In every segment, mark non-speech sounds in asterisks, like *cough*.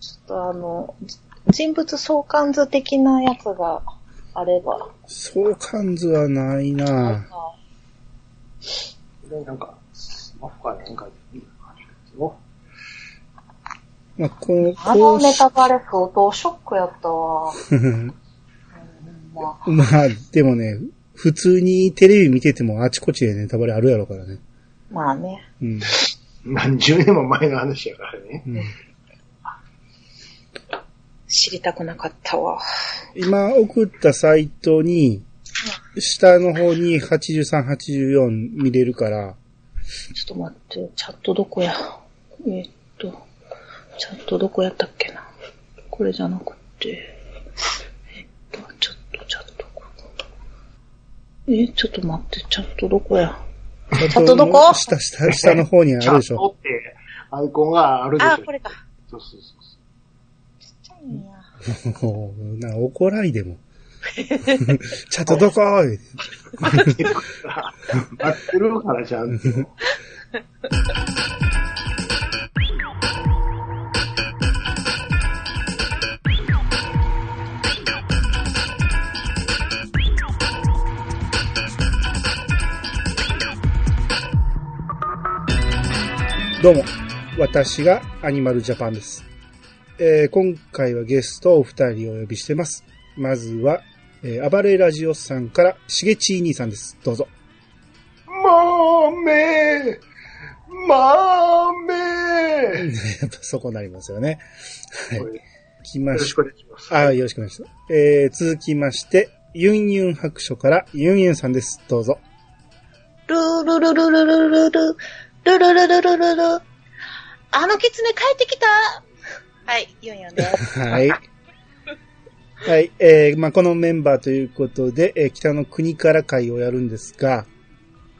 ちょっとあの、じ人物相関図的なやつがあれば。相関図はないなあで、なんか、スマホかなんかで見る感じですよ。まあ、この、あこのうネし、タバレ相当ショックやったわ。うんまあ、 *laughs* まあ、でもね、普通にテレビ見ててもあちこちでネタバレあるやろからね。まあね。うん。何十年も前の話やからね。うん、知りたくなかったわ。今送ったサイトに、下の方に83、84見れ *laughs* るから、ちょっと待って、チャットどこやえーっと、チャットどこやったっけなこれじゃなくて、えーっと、ちょっとチャットここ。えーちょっと待って、チャットどこやチャットどこ下、下、下の方にあちるゃんでしょ。とって、アイコンがあるでしょ。あー、これか。そうそうそうそちう。っ *laughs* ちゃいんや。 *laughs* もうな怒らいでも。 *laughs* チャットどこ待ってるから、待ってるからちゃんと。どうも、私がアニマルジャパンです。えー今回はゲストをお二人お呼びしてます。まずは、えー暴れラジオさんから、しげちい兄さんです。どうぞ。 *laughs* まーめーまーめやっぱそこになりますよね。はいー。これよ来まろししくお願いします。あ、よろしくお願いします。えー、続きまして、ユンユン白書から、ユンユンさんです。どうぞ。ルールルルルルルルルルルルルルルルあのキツネ帰ってきたはい、ユンユンです。はい。 *laughs* はい。えーまあ、このメンバーということで、えー北の国から会をやるんですが、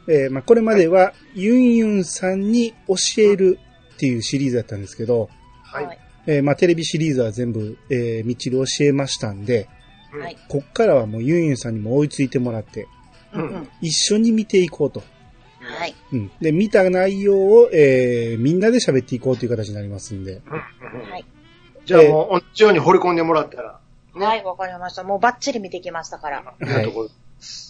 えーまあ、これまでは、ユンユンさんに教えるっていうシリーズだったんですけど、はい。はいえーまあ、テレビシリーズは全部、えー、みちる教えましたんで、うんはい。こっからはもうユンユンさんにも追いついてもらって、ううんん。一緒に見ていこうと。はい。うん。で、見た内容を、えーみんなで喋っていこうという形になりますんで。うんはい。じゃあもう、同じように掘り込んでもらったら、はい、わかりました。もうバッチリ見てきましたから。いいところ。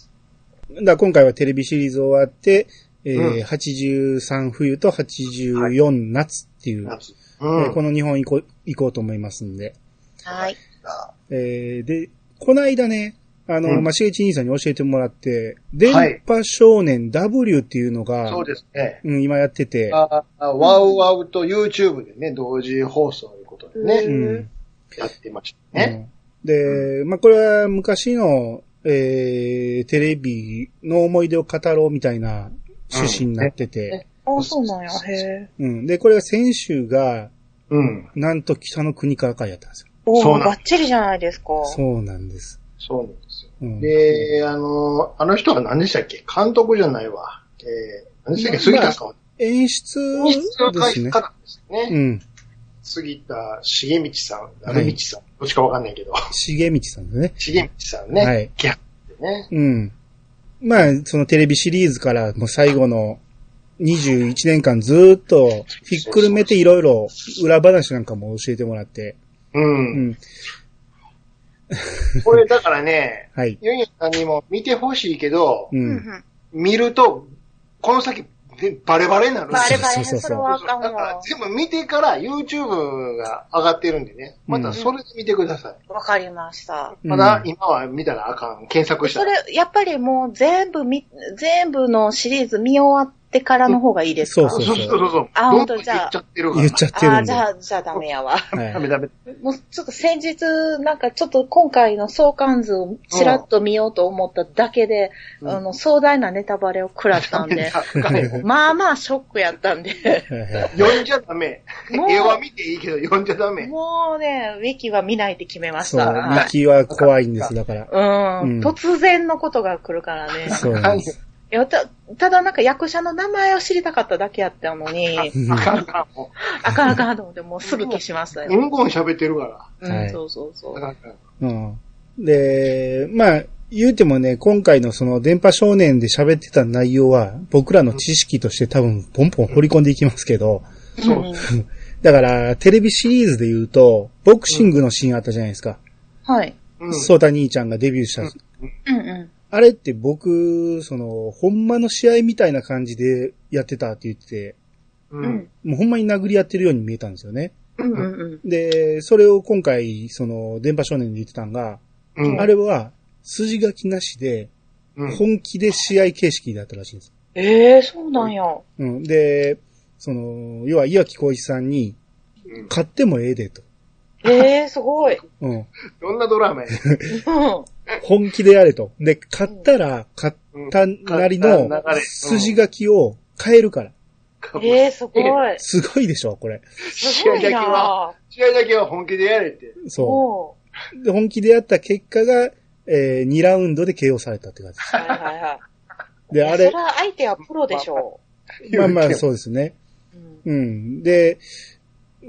だから今回はテレビシリーズ終わって、えーうん83冬と84夏っていう、夏。えうーこん。の2本行こう行こうと思いますんで。はい。えーで、この間ね、あの、うんまあ、しげち兄さんに教えてもらって、電波少年 W っていうのが、そうですね。うん、今やってて、ああワウワウと YouTube でね、同時放送ということでうね、ん。やってましたね。うんで、まあ、これは昔の、えーテレビの思い出を語ろうみたいな趣旨になってて、あ、そうなんや。へえ。うん。で、これが先週が、うん。なんと北の国から会やったんですよ。おそうー、なんバッチリじゃないですか。そうなんです。そうなんですよ。うん、で、あの、あの人は何でしたっけ監督じゃないわ。えー、何でしたっけ杉田さん。演出実はです回ねか。なんですね。うん。杉田重道さん、成道さん、どっちかわかんないけど、重道さんですね。重道さんね、はいギャッてね、うん。まあ、そのテレビシリーズからもう最後の21年間ずーっとひっくるめていろいろ裏話なんかも教えてもらって。うん。うん。これだからね、はい。ユニさんにも見てほしいけど、う。うんん見ると、この先、でバレバレになるんですバよレバレそうそうそうそれはあかんだからわ。全部見てから YouTube が上がってるんでね、またそれで見てください。わかりました。うんまだ今は見たらあかん。検索したそら。れ、やっぱりもう全部見、全部のシリーズ見終わってからの方がいいですかそうそうそうそうそう。あどん本どん当言っちじゃあゃってるから。言っちゃってあるあ、んじゃで。はあ、じゃあダメやわ。ダメい。ダメ。もうちょっと先日、なんかちょっと今回の相関図をちらっと見ようと思っただけで、うんあの、壮大なネタバレを食らったん *laughs* で、ダメだまあまあショックやったんで、読んじゃダメ。もう絵は見ていいけど読んじゃダメ。もうね、ウィキは見ないって決めましそう、た。ミキは怖いんです、だから。うん、うん突然のことが来るからね。そうなんです。いやたただなんか役者の名前を知りたかっただけやったのに、あかんあかんもあかんあかんと思ってもうすぐ消しましたう。よ。うんこん喋ってるかうはん、いそうそうそら。あう。かんあかんうん。で、まあ、言うてもね、今回のその電波少年で喋ってた内容は、僕らの知識として多分、ポンポン掘り込んでいきますけど、そううんだから、テレビシリーズで言うと、ボクシングのシーンあったじゃないですか。はい。うん。ソータ兄ちゃんがデビューした。うんうんう。あれって僕、その、ほんまの試合みたいな感じでやってたって言ってて、うんうんん。。もうほんまに殴り合ってるように見えたんですよね。うんうんうん。で、それを今回、その、電波少年で言ってたんが、うん。あれは、筋書きなしで、うん。本気で試合形式だったらしいんです。ええー、そうなんや。うん。で、その、要は岩木浩一さんに、うん買ってもええでと。ええー、すごい。うん。どんなドラマや。うん。本気でやれと。で、買ったら、買ったなりの買った流れうん筋書きを変えるから。ええー、すごい。すごいでしょ、これ。す試ご合だいけなは、試合だけは本気でやれって。そおうう。で、本気でやった結果が、えー、2ラウンドで KO されたって感じはいはいはです。で、い。ああれ。それり、ゃ相手はプロでしょまあまあ、う。そうですね。う。うん。うん。で、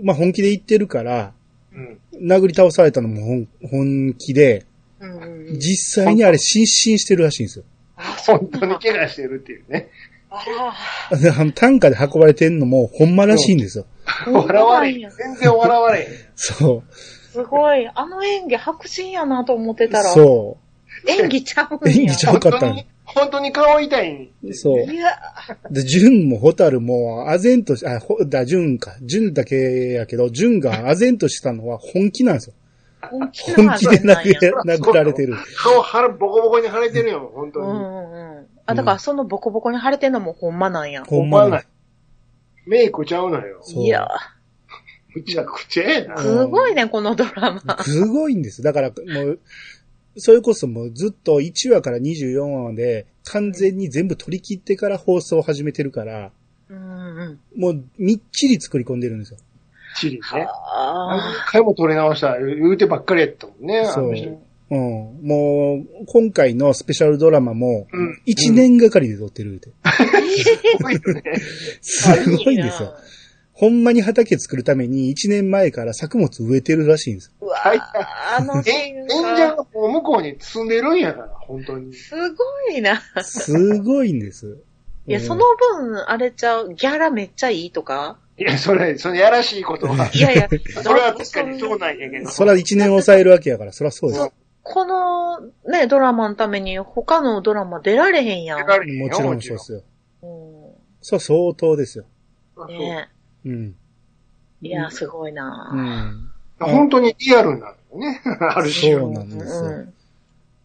まあ本気で言ってるから、うん。殴り倒されたのも本本気で、うんうんうん。実際にあれ、失神してるらしいんですよ。あ、そ本う当なにん怪我してるっていうね。あら。であの、単価で運ばれてんのも、ほんまらしいんですよ。笑われそうなんへやん。全然笑われへん。そう。すごい。あの演技白真やなと思ってたら。う。そ演技ちゃうんう。や。演技ちゃうか本っ当たに、本当に顔痛いに。んそう。いや、で、純もホタルも、あぜんとし、あ、ほ、だ、純か。純だけやけど、純があぜんとしたのは本気なんですよ。本気な本気で話なん殴や。れ殴られてる。顔はる、ボコボコに腫れてるよ、本う当に。んうんうん。あ、だからそのボコボコに腫れてんのもほんまなんや。ほん思まわないに。。メイクちゃうのよ。そういや、むちゃくちゃやな。すごいね、このドラマ。すごいんです。だから、もう、それこそもうずっと1話から24話まで完全に全部取り切ってから放送を始めてるから、うんうん。もうみっちり作り込んでるんですよ。チリね。あ何回も撮り直した。言うてばっかりやったもんね。そうあの人うん。もう、今回のスペシャルドラマも、うん1年がかりで撮ってるって。すごい *laughs* よね。 *laughs* すごいんですよ。。ほんまに畑作るために1年前から作物植えてるらしいんですうわはいあのシえーン演者ががもう向こうに進んでるんやから、本当に。すごいな。よ。すごいんです。いや、うんその分、あれちゃう、ギャラめっちゃいいとかいや、それ、そのやらしいことは。いやいや、 *laughs* それは確かにそうなんやけど。そら1年抑えるわけやから、そらそうです。このね、ドラマのために他のドラマ出られへんやん。やられへよもちろんそうですよ。うんそう、相当ですよ。もちろんねうん。いや、すごいなう。ん。本当にリアルなのね。ある種。そうなんですよ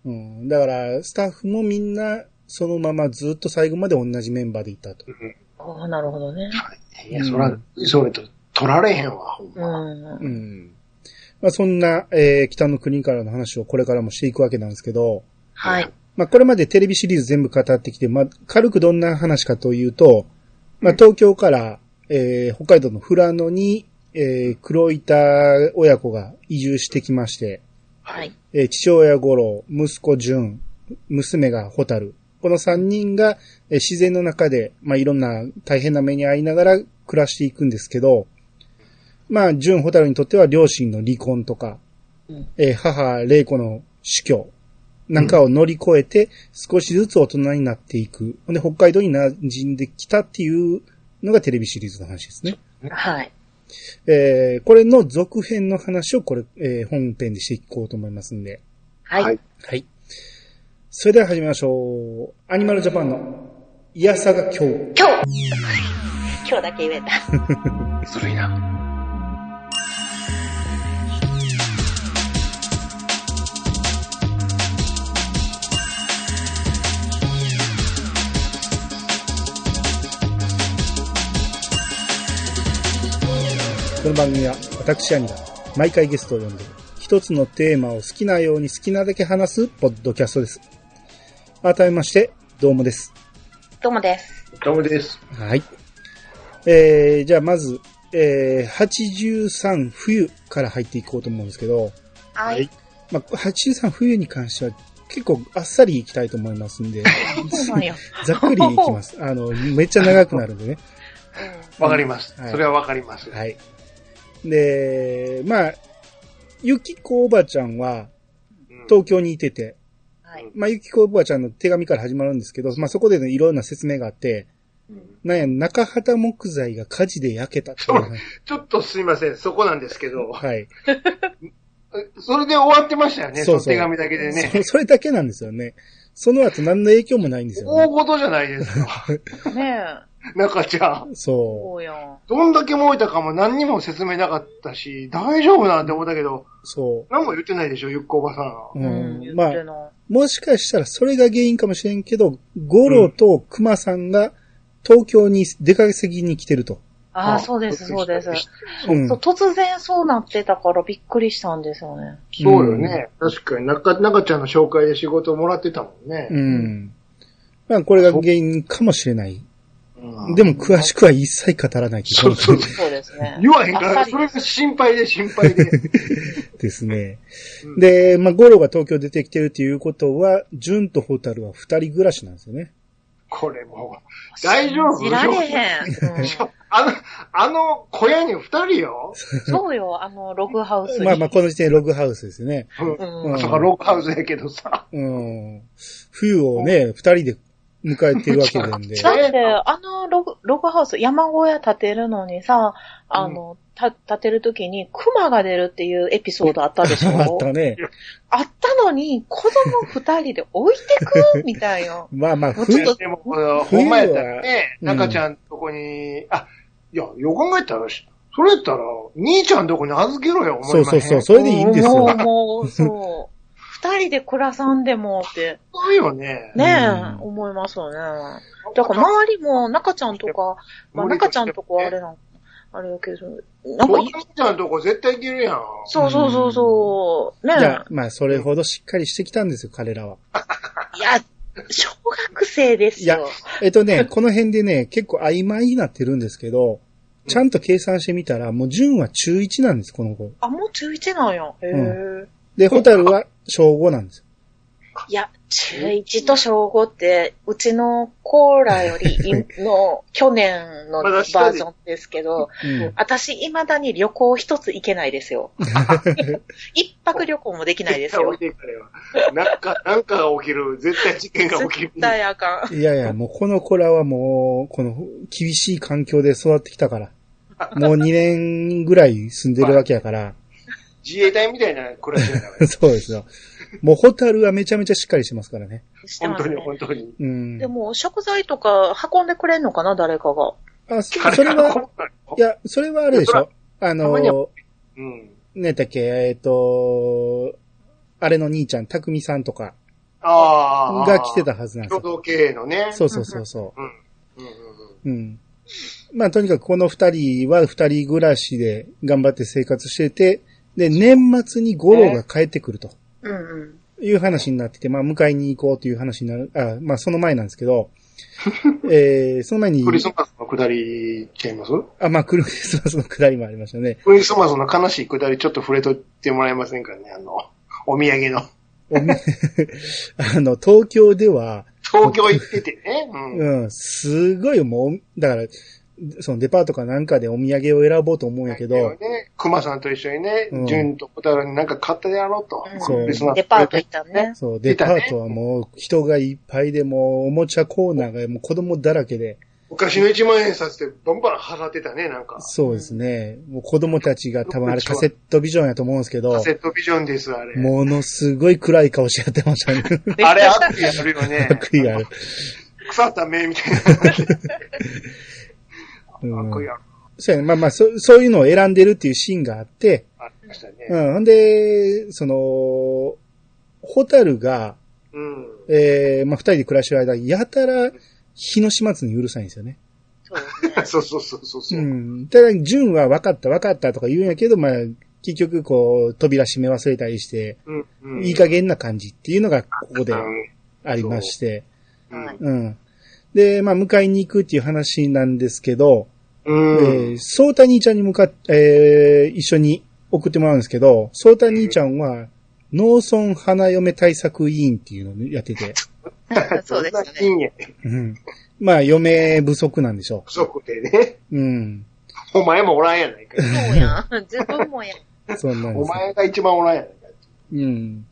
うんうん。だから、スタッフもみんな、そのままずっと最後まで同じメンバーでいたと。ああ、なるほどね。いや、そら、それと、取られへんわ、ほんう。ま。うんん。まあ、そんな、えー北の国からの話をこれからもしていくわけなんですけど、はい。まあ、これまでテレビシリーズ全部語ってきて、まあ、軽くどんな話かというと、まあ、東京から、えー北海道の富良野に、えー黒板親子が移住してきまして、はい。えー父親五郎、息子純、娘がホタル。この三人が、えー自然の中で、まあ、いろんな大変な目に遭いながら暮らしていくんですけど、まあ、純、ホタルにとっては両親の離婚とか、うんえー母、玲子の死去なんかを乗り越えて、少しずつ大人になっていく。ほんで、北海道に馴染んできたっていうのがテレビシリーズの話ですね。はい。えーこれの続編の話をこれ、えー本編でしていこうと思いますんで。ははいい。はい。それでは始めましょう。アニマルジャパンの、いやさが今日。今日今日だけ言えた。 *laughs* ずるいな。この番組は、私アニが、毎回ゲストを呼んで、一つのテーマを好きなように好きなだけ話す、ポッドキャストです。改めまして、どうもです。どうもです。どうもです。はい。えー、じゃあまず、えー、83冬から入っていこうと思うんですけど、はい。まあ、83冬に関しては、結構あっさりいきたいと思いますんで、 *laughs* そうなんや。ざっくりいきます。あの、めっちゃ長くなるんでね。わかりますはい。それはわかります。はい。で、まあ、ゆきこおばちゃんはうん東京にいてて、はい。まあ、ゆきこおばちゃんの手紙から始まるんですけど、まあそこでね、いろんな説明があって、うんなんや、中畑木材が火事で焼けたっていう話ちょっとすいません、そこなんですけど、 *laughs* はい。それで終わってましたよね、そそうそうの手紙だけでね。そそれだけなんですよね。その後何の影響もないんですよ大ね。事じゃないですか、ね中ちゃん。え、そそうやん。どんだけ燃えたかも何にも説明なかったし、大丈夫なんて思ったけどう、、そ何も言ってないでしょ、ゆっこおばさう。ん。うん。言まっあて、な。もしかしたらそれが原因かもしれんけど、ゴロと熊さんが東京に出稼ぎに来てると。ああ、そうです、そうです。うんそ。う突然そうなってたからびっくりしたんですよね。そうよね。確かに、中、中ちゃんの紹介で仕事をもらってたもんね。うん。まあ、これが原因かもしれない。うんでも、詳しくは一切語らないとそうそうそう。そうですね。言わへんかあっさら、りそれが心配で心配で。 *laughs* ですね。うんで、まあ、ゴロが東京出てきてるということは、ジュンとホタルは二人暮らしなんですよね。これもう、 *laughs* 大丈夫信じられへん。うんう。 *laughs* あの、あの小屋に二人よ。そうよ、あの、ログハウスに。まあまあ、この時点でログハウスですよね。うんうんうんまさかロックハウスやけどさ。うん。冬をね、二人で迎えてるわけなん *laughs* で。だって、あのログ、ログハウス、山小屋建てるのにさ、あの、た、建てるときに、熊が出るっていうエピソー *laughs* ドあったでしょあったね。。あったのに、子供二人で置いてくみたいなまあまあ、もうちょっ冬とでも、このほんまやったらね、中ちゃんとこに、あ、いや、よく考えたらし、それやったら、兄ちゃんとこに預けろよ、思そいうませそんうそう、それでいいんですもよう、。もう、そう。二人で暮らさんでもって、そうよね。ねえ、うん思いますよね。だから周りも、中ちゃんとか、まあ、中ちゃんとこはあれなん、あれだけど、なんかおい兄、ちゃんとこ絶対行けるやん。そうそうそうそう、ねいえ。や、まあ、それほどしっかりしてきたんですよ、彼らは。いや、小学生ですいよ。えっとね、この辺でね、結構曖昧になってるんですけど、ちゃんと計算してみたら、もう純は中1なんです、この子。あ、もう中1なんや。へえ、で、ホタルは小5なんですよ。いや、中1と小5って、うちのコーラよりいの去年のまバだ下ーでジョンですけど、うん私未だに旅行一つ行けないです *laughs* よ。一泊旅行もできないです絶対置よい。ていかれよなんか、 *laughs* なんかが起きる。絶対事件が起きる絶。対あかん。いやいや、もうこの子らはもう、この厳しい環境で育ってきたから。もう2年ぐらい住んでるわけやから。 *laughs* 自衛隊みたいな暮らしだ *laughs* からね。そうですよ。もうホタルはめちゃめちゃしっかりしてますからね。して本ま当すにね。本当に。うんで。も、食材とか運んでくれんのかな誰かが。あ、そそれは、 *laughs* いや、それはあれでしょあたまにはの、うん。ねだっけ、えっ、と、あれの兄ちゃん、たくみさんとかああ。が来て。たはずなんです共よ。同経営のね。そうそうそうそうん。うんうんうん。う。うん。まあ、とにかくこの二人は二人暮らしで頑張って生活してて、で、年末に五郎が帰ってくると。うんうん。いう話になってて、まあ、迎えに行こうという話になる、あ、まあ、その前なんですけど、えー、その前に、クリスマスの下りちゃいますあ、まあ、クリスマスのくだりもありましたね。クリスマスの悲しい下りちょっと触れとってもらえませんかね、あの、お土産の。 *laughs* おみあの、東京では、東京行っててね。うん。うん、すごいもう、だから、そのデパートかなんかでお土産を選ぼうと思うんやけど、ね、熊さんと一緒にねうん、純、と小太郎になんか買ってやろうと。そうクリスマスデパート行ったね。そう、デ出パたねートはもう人がいっぱいで、もうおもちゃコーナーがもう子供だらけで、昔の一万円札ってバンバン払ってたね、なんか。そうですね、もう子供たちが多分あれカセットビジョンやと思うんですけどカ、セットビジョンです、あれ。ものすごい暗い顔してやってました *laughs* ね。あれ、悪意あるよ *laughs* ね。悪意ある。腐った目みたいな。うん悪意ある。そうやね。まあまあ、そそういうのを選んでるっていうシーンがあって、ありましたうね。ん。ほんで、その、ホタルが、うん。えー、まあ二人で暮らしてる間、やたら、日の始末にうるさいんですよね。そうですね。 *laughs* そうそうそうそうそうう。ん。ただ、ジュンは分かった分かったとか言うんやけど、まあ、結局、こう、扉閉め忘れたりして、うん。うんいい加減な感じっていうのがここでありまして、うんうん。で、まあ、迎えに行くっていう話なんですけど、うん。えー、ソータ兄ちゃんに向かっえー一緒に送ってもらうんですけど、ソータ兄ちゃんは、農村花嫁対策委員っていうのをやってて、そうですよね。いいね。うん。まあ、嫁不足なんでしょ不足でね。う。うん。 *laughs* お前もおらんやないか。そうやん。自分もやん。そうなんでおすよ。前が一番おらんやないか。うん。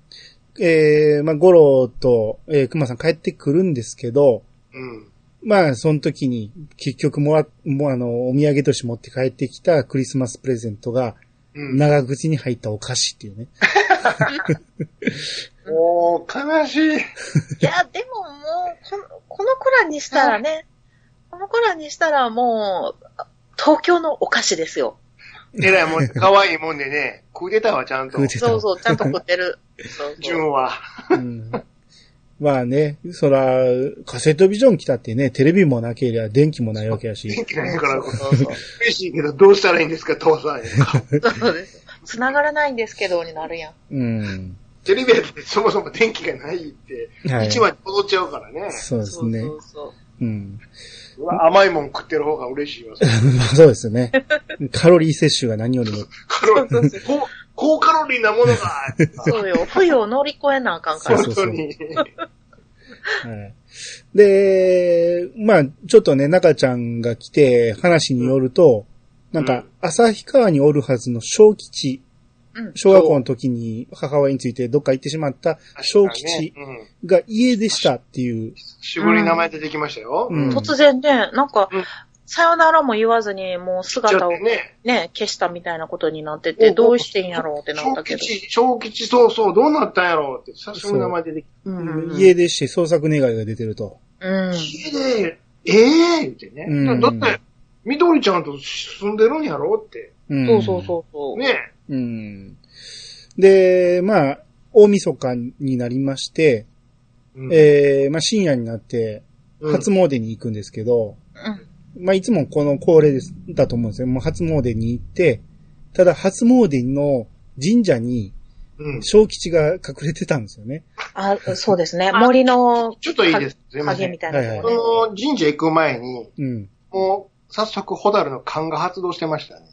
えー、まあ、ゴロと、えー、熊さん帰ってくるんですけど、うん。まあ、その時に、結局もら、もうあの、お土産として持って帰ってきたクリスマスプレゼントが、うん。長靴に入ったお菓子っていうね。もう、悲しい。いや、でももう、この、この子らにしたらね、この子らにしたらもう、東京のお菓子ですよ。えら *laughs* いもん、可愛いもんでね、食うてたわ、ちゃんと食。うてたそうそう、ちゃんと食ってる。そうそう。純は。うん *laughs* まあね、そら、カセットビジョン来たってね、テレビもなけりゃ電気もないわけやし元、気ないから、そうそう嬉しいけど、どうしたらいいんですか、父 *laughs* さそん。うですよ。繋がらないんですけどになるやん。うん。テレビやってそもそも電気がないって、はい。一枚に戻っちゃうからね。そうですね。そうそううん。 *laughs* うわ甘いもん食ってる方が嬉しいわ。それまあそうですね。カロリー摂取が何よりも。カロリー、高高カロリーなものが、そう。そうよ。冬を乗り越えなあかんから。そう本そ当うに。はい。で、まあ、ちょっとね、中ちゃんが来て話によると、なんうかん、旭川におるはずの小う吉、ん小学校の時に母親についてどっか行ってしまった小吉うん。が家でしたっていう、絞り名前出てきましたよ。うん突然ね、なんかうん、さよならも言わずに、もうちょ姿っをとね、ね、消したみたいなことになってて、どうしてんやろうってなっ小たけど。吉、小吉、そうそう、どうなったんやろうって、久しぶりに名前出てきうんうん家出して捜索願いが出てると。うん。家で、ええー、ってね。うんだって、緑ちゃんと住んでるんやろって。うんそうそうそうそう。ね。うん。で、まあ、大晦日になりまして、うんえー、まあ深夜になって、うん初詣に行くんですけど、うん。まあいつもこの恒例です、だと思うんですよ。もう初詣に行って、ただ初詣の神社にうん小吉が隠れてたんですよね。あ、そうですね。あ森のちょっといいです。すいませ影んみ。たいなとこはね。この神社行く前に、うん。もう、早速、ホダルの勘が発動してましたね。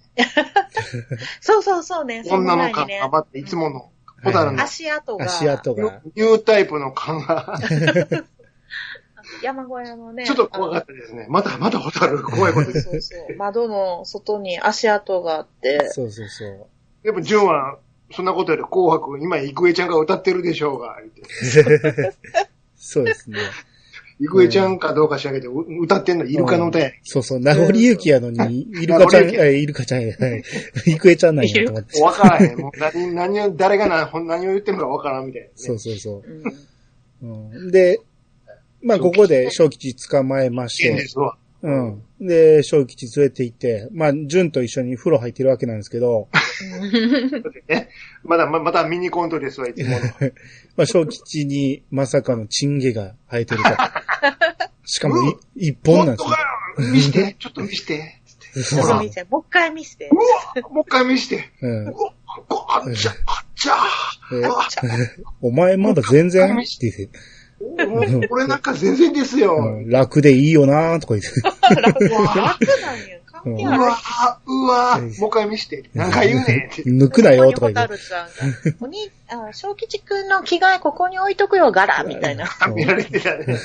そうそうそうね。その女の前勘にねが、待って、いつもの、ホダルの足跡が、足跡ニが。ュニュータイプの勘が、山小屋のね、 *laughs* ちょっと怖かったですね。まだまだホダル怖いこ *laughs* とあのです。そうそう。窓の外に足跡があって、そうそうそう。やっぱ、純は、そんなことより紅白、今、郁恵ちゃんが歌ってるでしょうが、言ってそうですね。郁恵ちゃんかどうかしらけど、う歌ってんのイルカの歌やね。そうそう、名残ゆきやのに、イルカちゃん、名残雪えイルカちゃんや、はい。イクエちゃんなんやと思って。わから *laughs* へん。もう何、何を、誰がなほん何を言ってるのかわからんみたいなね。そうそうそうんう。うん、で、まあ、ここで小吉捕まえまし現て、実は。うん。で、小吉連れて行って、まあ、純と一緒に風呂入ってるわけなんですけど、だってね。まだ、ままだミニコントですわ、いつもの。まあ、小吉にまさかのチンゲが生えてると。しかもい、一本なんで本当すかよ見して、ちょっと見して。よ。そうほら見せてもう一回見せて。うわもう一回見して。うんう。わこあっちゃ、あっちゃ。えうわお前まだ全然、ってもう俺なんか全然ですよ。うん楽でいいよなーとか言って。楽なんや。関係うあるわ。うわもう一回見して。何回言うねんって。抜くなよとここかに言っ蛍ちゃんが。お兄、あ、小吉くんの着替えここに置いとくよ、ガラみたいな。見らて。れてたね。うわ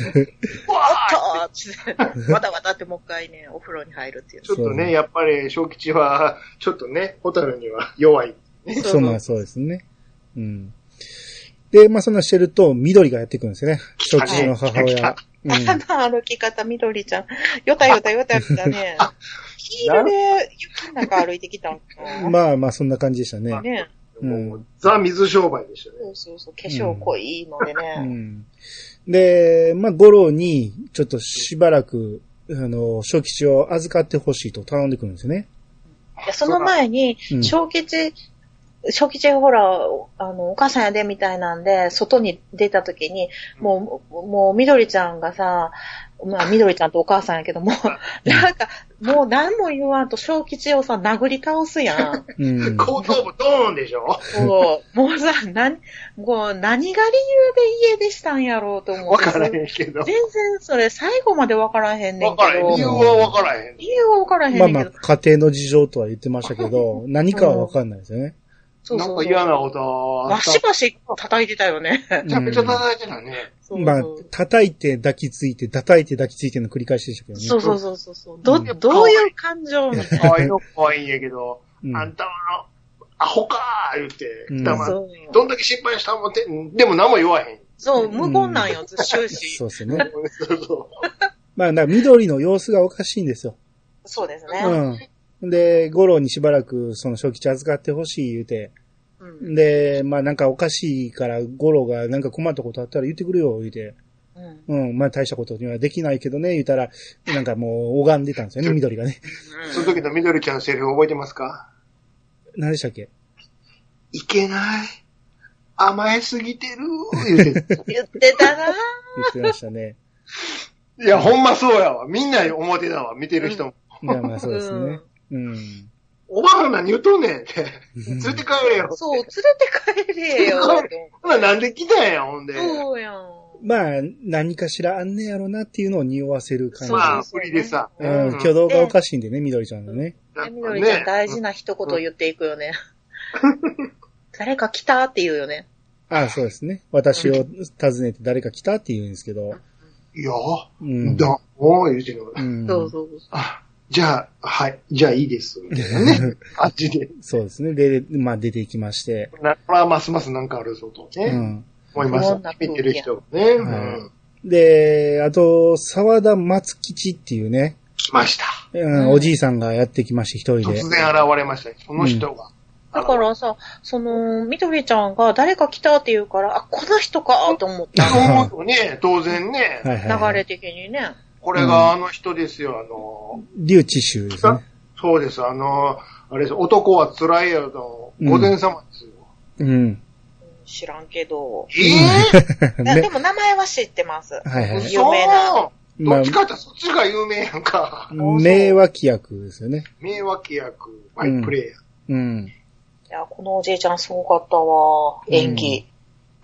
とーわたわたってもう一回ね、お風呂に入るっていう。ちょっとね、やっぱり、小吉は、ちょっとね、ホタルには弱い。そう、まあそうですね。うん。で、まあそんなしてると、緑がやってくるんですよね。小吉の母来た親来。うあん。の歩き方、緑ちゃん。よたよたよたよたね。黄色で雪の中歩いてきたんか *laughs* まあまあそんな感じでしたね。な。ね。うんもうザ・水商売でしたね。そうそうそう、化粧濃いのでうね。ん。で、まあ五郎に、ちょっとしばらく、あの、小吉を預かってほしいと頼んでくるんですよね。いやその前にう、ん小吉、小吉ほら、あの、お母さんやでみたいなんで、外に出た時に、もう、もう、緑ちゃんがさ、まあ、緑ちゃんとお母さんやけども、 *laughs* なんか、もう何も言わんと小吉をさ、殴り倒すやん。うん。後頭部ドーンでしょもう、もうさ、何、もう何が理由で家でしたんやろうと思わって。からへんけど。全然それ最後までわからへんねわんからけへん。ど理。由はわからへん。理由はわからへんねまあんけど。まあ、家庭の事情とは言ってましたけど、何かはわかんないですよね。そうそうなそんうか嫌なことあバっシた。バシ叩いてたよね。 *laughs* めちゃめちゃ叩いてたね。そうそうまあ、叩いて抱きついて、叩いて抱きついての繰り返しでしたけどね。そうそうそうそうそう。ど、うんどういう感情みたいな。可愛いの可愛いんやけど、うんあんたは、アホかー言って、うん黙ってそうどんだけ心配したもんて、うんでも何も言わへん。そう、無言なんよ、終そ始。うですね。そうそう。まあ、な緑の様子がおかしいんですよ。そうですね。うん。で、五郎にしばらくその初期値預かってほしい言うて、うん。で、まあなんかおかしいから、五郎がなんか困ったことあったら言ってくれよ、言うて。うん。うん、まあ大したことにはできないけどね、言うたら、なんかもう拝んでたんですよね、緑がね。その時の緑ちゃんのセリフ覚えてますか何でしたっけいけない。甘えすぎてる。言うて言ってたなぁ。言ってましたね。 *laughs* いや、ほんまそうやわ。みんな表だわ。見てる人も。いや、まあそうで *laughs* すね。うん。おばあ何言うとんねんって。連れて帰れよ。そう、連れて帰れよ。ほな、なんで来たんや、ほんで。そうやん。まあ、何かしらあんねやろなっていうのを匂わせる感じ。まあ、無理でさ。うん、挙動がおかしいんでね、緑ちゃんのね。なんみかのねりちゃん大事な一言を言っていくよね。誰か来たって言うよね。ああ、そうですね。私を訪ねて誰か来たって言うんですけど。いや、うん。だ、もう言うてるのう。ん、そうそうそう。あ、じゃあ、はい、じゃあいいです。みたいなね。あっちで。そうですね。で、まあ出ていきまして。なこれはますますなんかあるぞとね、うん。思いましこんなた。空気見やてる人もね。うはいん。で、あと、沢田松吉っていうね、来ました。ううんんおじいさんがやってきまして、一人突で。然現れましたね。その人が。だからさ、その、みどりちゃんが誰か来たって言うから、あ、この人かと思った。そう思うとね、当然ね、はいはい、は流れい。的にね。これがあの人ですよ、あの、竜智衆ですね。そうです、あの、あれです、男は辛いよの、御前様ですよ。うん。知らんけど。えぇ、なねでも名前は知ってます。 *laughs* はいはい。有名な嘘どっちかってそっちが有名やんか。名脇役ですよね。名脇役、バイプレイヤー。 *laughs* うん。いや、このおじいちゃんすごかったわ。演技。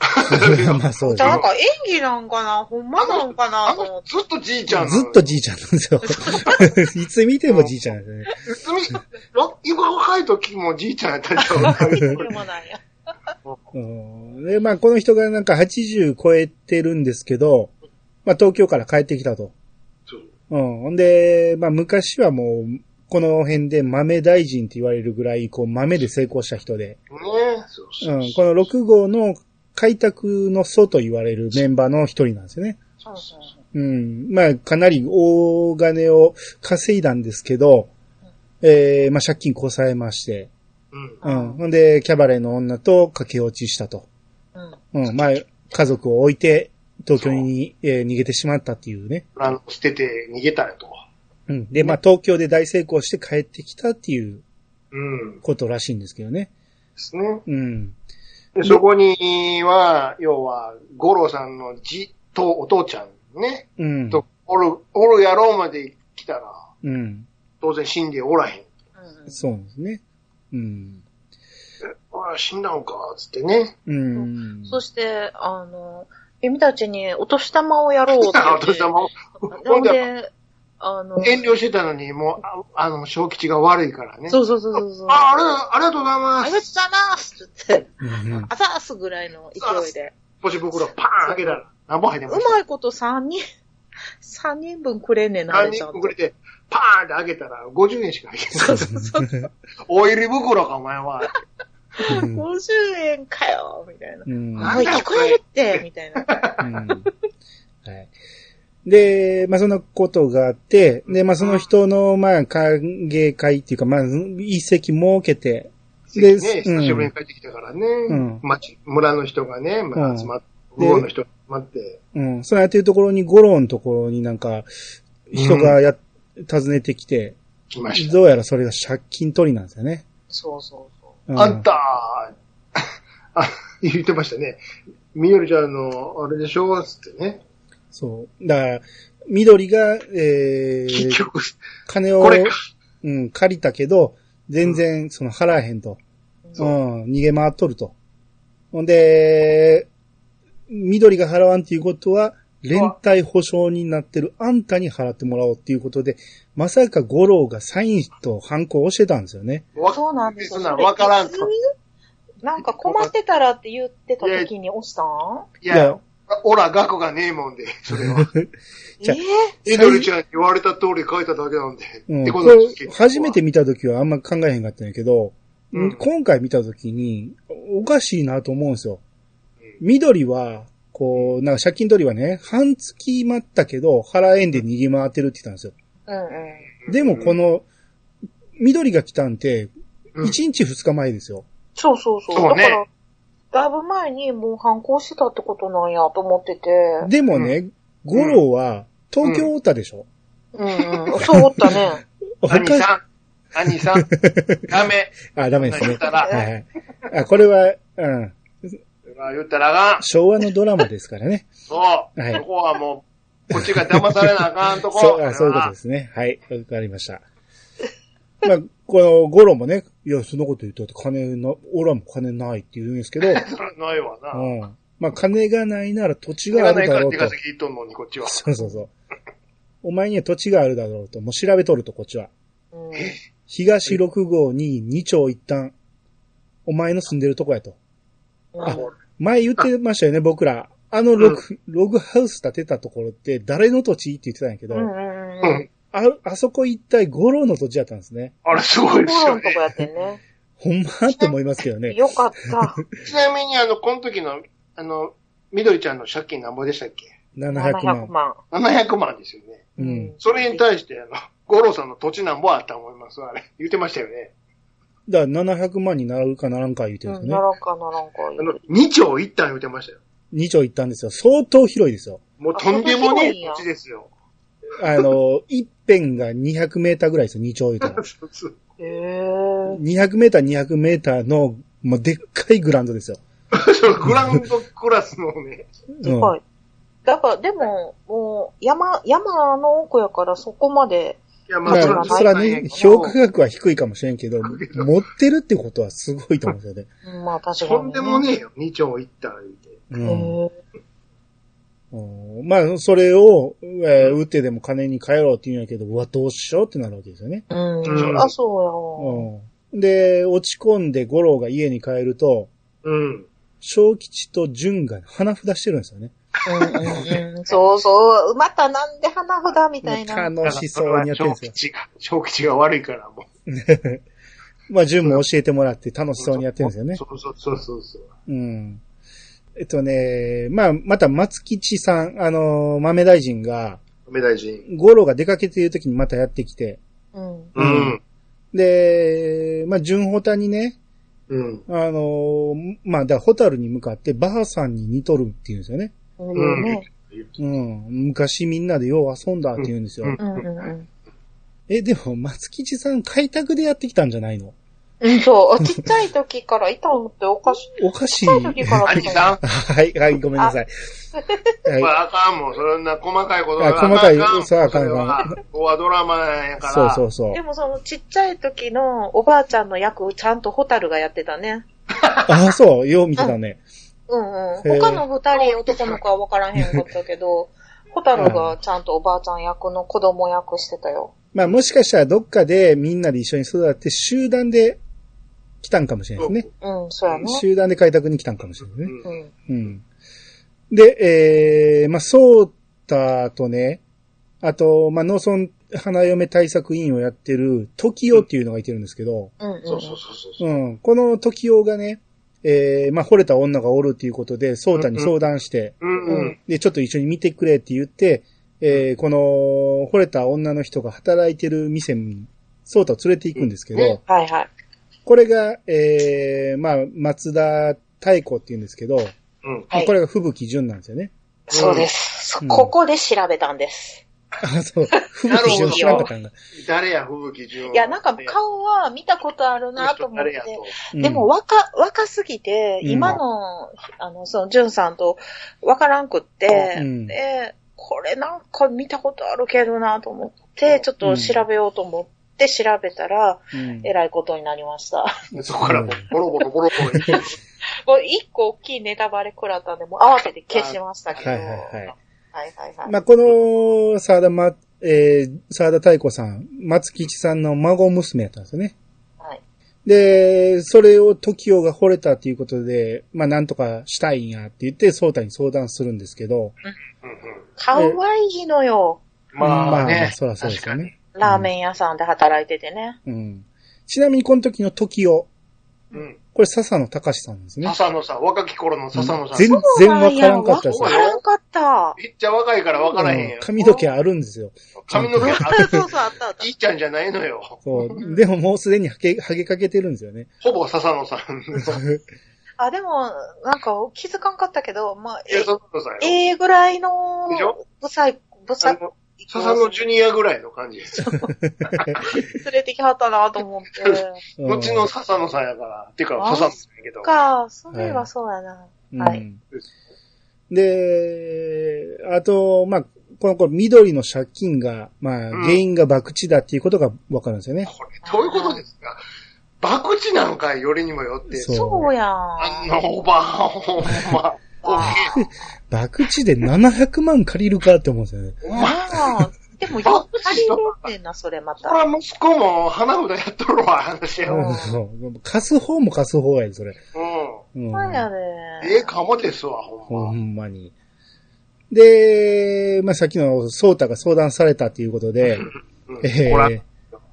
*laughs* まあそうじでゃあすなんか演技なんかなほんまなんかなあと思のっ、て。ずっとじいちゃんなのずっとじいちゃんなんですよ。 *laughs* いつ見てもじいちゃんですね。別に、わ今若い時もじいちゃんやったじゃん。でもないや。うんで、まあ、この人がなんか80超えてるんですけど、まあ、東京から帰ってきたと。そううん。ほんで、まあ、昔はもう、この辺で豆大臣って言われるぐらい、こう、豆で成功した人で、ねそうう。そうんこの6号の開拓の祖と言われるメンバーの一人なんですよね。そうそうそううん。まあ、かなり大金を稼いだんですけど、えー、まあ、借金こさえまして、うん。うん。ほんで、キャバレーの女と駆け落ちしたと。うん。うん、まあ、家族を置いて、東京に、えー逃げてしまったっていうね。あの、捨てて逃げたよと。うん。で、まあ、東京で大成功して帰ってきたっていううん。でことらしいんですけどね。すね。うん。で、そこには、要は、五郎さんのじとお父ちゃんね、うん。と、おる、おるやろうまで来たら、うん。当然死んでおらへん。うんそうですね。うん。ああ、死んだのか、つってね。うん。そして、あの、君たちにお年玉をやろうって言あっ *laughs* おて。年玉を。なほんんで、で、あの、遠慮してたのに、もう、ああの、小吉が悪いからね。そうそうそうそうそう。あ、あれ、ありがとうございあまりす。がとうございますって言って、うんあざーすぐらいの勢いで。ポチ袋パーン開けたら、何本入ってうましたまいこと3人、3人分くれんねんな、あ何れちゃ人んともく。れて、パーンって開けたら、50円しか入ってな *laughs* い。そうそうそう。オイル袋か、お前は。うん50円かよ、みたいな。うん。なおんい、だよ聞こえるって、みたいな。うんはい。で、まあ、そんなことがあって、で、まあ、その人の、まあ、歓迎会っていうか、まあ、一席設けて、でね、久しぶりに帰ってきたからね、ん町、村の人がね、まあ、集まって、うん向こうの人が集まって、うん。そうやってるところに、ゴロのところになんか、人がや、訪ねてきて、来ました。どうやらそれが借金取りなんですよね。 *laughs* そうそうそうん、あんたあ、言ってましたね。みよりちゃんの、あれでしょつってね。そう。だから、緑が、え結ー、局、金をこ、れか。うん、借りたけど、全然、その、払えへんと。うそん、逃げ回っとると。ほんで、緑が払わんっていうことは、連帯保証人になってるあんたに払ってもらおうっていうことで、まさか五郎がサインと反抗をしてたんですよね。う。そうなんですよ。そんなわからんと。なんか困ってたらって言ってた時に押したんいや、おら、額がねえもんで、それ *laughs* は。じゃえあえみどりちゃんに言われた通り書いただけなんで。うん、でここれの時初めて見たときはあんま考えへんかったんやけど、うん今回見たときにおかしいなと思うんですよ。うん緑はこう、なんか借金取りはね、半月待ったけど、払えんで逃げ回ってるって言ったんですよ。うんうん。でもこの、緑が来たんて、1日2日前ですよ。そうそうそう。そうねだから、だいぶ前にもう反抗してたってことなんやと思ってて。でもね、五郎は東京おったでしょ、うんうん。そうおったね。お兄かしさん、兄さん、ダメ。あ、ダメです言ねっ。たら、はいはい。あ、これは、うん、言ったらあかん。昭和のドラマですからね。そう。はいそこはもう、こっちが騙されなあかんとこ。そう、あそういうことですね。はい。わかりました。 *laughs* まあ、この、ゴロもね、いや、そんなこと言ったって金な、俺らも金ないって言うんですけ *laughs* ど、す。ないわな。うん。まあ、金がないなら土地気ががあなるいかだらろう手がと。先言っとんのに、こっち *laughs* は。そうそうそう。お前には土地があるだろうと。もう調べとると、こっちは。うん。東6号に2丁一旦、お前の住んでるとこやと。うん前言ってましたよね、僕ら。あのログ、ログハウス建てたところって誰の土地って言ってたんやけど、うんうんううん。ん。あ、あそこ一体五郎の土地だったんですね。あれ、すごいですフォロよンとねこ。やってんね。ほんまって思いますけどね。よか *laughs* った。ちなみに、あの、この時の、あの、みどりちゃんの借金なんぼでしたっけ700 700万。万。 ?700 万ですよね。うんそれに対して、あの、 *laughs* 五郎さんの土地なんぼあったと思いますあれ、言ってましたよね。だから700万になるかならんか言うてうるんんですなよね。らんかならんかあ。の、2兆一旦言ってましたよ。 2丁行ったんですよ。相当広いですよ。もうとんであそもねんな広いんえや土地ですよ。 *laughs* あの、 *laughs* 一辺が200メーターぐらいですよ、2丁行ったら。そうそうへえ。 200メーター、200メーターの、まあ、でっかいグラウンドですよ。そうグラウンドクラスのね、うんはい。だから、でも、もう、山、山の奥やからそこまで、いや、まあ、そらそらね、評価が。額は低いかもしれんけど、持ってるってことはすごいと思うんですよね。うんまあ確かに、とんでもねえよ、2兆一旦言って。へうんーうんまあ、それを、えー打ってでも金に変えろって言うんやけど、うわ、どうしようってなるわけですよね。うん。うんそりゃそううん、で、落ち込んで五郎が家に帰ると、うん。小吉と純が花札してるんですよね。やん。うんうんうん。そうそう。またなんで花札みたいな。楽しそうにやってるんですよ小。吉が、小吉が悪いからもまあ、純も教えてもらって楽しそうにやってるんですよう。ね。そうそうそうそうそう。うん。えっとね、まあ、また松吉さん、あのー豆大臣が、梅大臣。五郎が出かけている時にまたやってきて、うん。ううんん。で、まあ、純ホタにね、うん。あのーまあ、だからホタルに向かってバハさんに似とるっていうんですよね。うん。ね。うん。昔みんなでよう遊んだって言うんですよ。うんうんうんうん。え、でも、松吉さん開拓でやってきたんじゃないのうん、そう。ちっちゃい時からいたのっておかしい。おかしちい。っちゃい時はから兄さい、 *laughs* はい、ごめんなさい。ん、これはい。あかんもん。そんな細かいことあは細かいあかんそうあかんそれはここはドラマなんやから。そうそうそでう。もそのちっちゃい時のおばあちゃんの役をちゃんとホタルがやってたね。あ、そう、よう見てたね。うんうん。へー他の二人男の子は分からへんかったけ *laughs* ど、ホタルがちゃんとおばあちゃん役の子供役してたよ。まあ、もしかしたらどっかでみんなで一緒に育って集団で来たんかもしれないですね。うん、そうやね。集団で開拓に来たんかもしれないですね。ううんん。うん。で、えー、まあ、そうたとね、あと、まあ、農村花嫁対策委員をやってる、時代っていうのがいてるんですけど、うんうん。そうそうそうそう。うん。この時代がね、えー、まあ、惚れた女がおるっていうことで、ソータに相談して、うんうん。で、ちょっと一緒に見てくれって言って、えー、この、惚れた女の人が働いてる店に、ソータを連れて行くんですけうんど、はいはい。これが、えー、まあ、松田太子っていうんですけど、うん。まはあいこれが吹雪純なんですよね。 *laughs* そうです、うんそここで調べたんです。あ、そう。吹雪純知らんかったんだ。誰や、吹雪純。いや、なんか顔は見たことあるなと思っ誰てや。と。うんでも、若、若すぎて、うん今の、あの、その、ジュンさんと分からんくって、うんで、これなんか見たことあるけどなと思って、ちょっと調べようと思って調べたら、うんえらいことになりました。 *laughs* そこからもうボロボロボロボロ言って。もう一個大きいネタバレ食らったんで、もう慌てて消しましたけど。はいはいははいはいはいい。まあ、この、沢田ま、えー、沢田太子さん、松吉さんの孫娘やったんですよね。はいで、それを時代が惚れたということで、まあ、なんとかしたいんやって言って、ソータに相談するんですけど、うんうんかわいいのよ。まあね。そらそうですよね。ラーメン屋さんで働いててね。うん。ちなみにこの時の時代、確かに。うん。これ笹野隆さんですね。笹野さん、若き頃の笹野さん。全然わからんかったですわよか。らんかった。めっちゃ若いから分からへんうよん。髪の毛あるんですよ。髪の毛あそうそうそう、あったあったじ。いちゃんじゃないのよ。そう。でももうすでにはげ、はげかけてるんですよね。ほぼ笹 *laughs* 野さん。あ、でも、なんか気づかんかったけど、まあ、いや、笹野さんよ。ええぐらいのでしょ、ブサイ、ブサあイ、の笹野ジュニアぐらいの感じです。連れてきはったなと思 *laughs* って。うん後の笹野さんやから。てか、あ笹野さんやけど。か、それはそうやな。はうい。んで、あと、まあ、この頃、緑の借金が、まあ、うん原因が博打だっていうことがわかるんですよね。これ、どういうことですか博打なんかよりにもよって。うんそうやん。あのおばあ、ほんま。おめえ博打で700万借りるかって思うんですよね。おま前、あ、でも、やっぱりいねんな、それまそた。ら息子も花札やっとるわ、話や。う *laughs* うんん。そう貸す方も貸す方やで、それ。うんそうやね。ええかもですわ、ほほんま。んまに。で、まあ、さっきのソータが相談されたということ *laughs* で、うん、えほら、ー、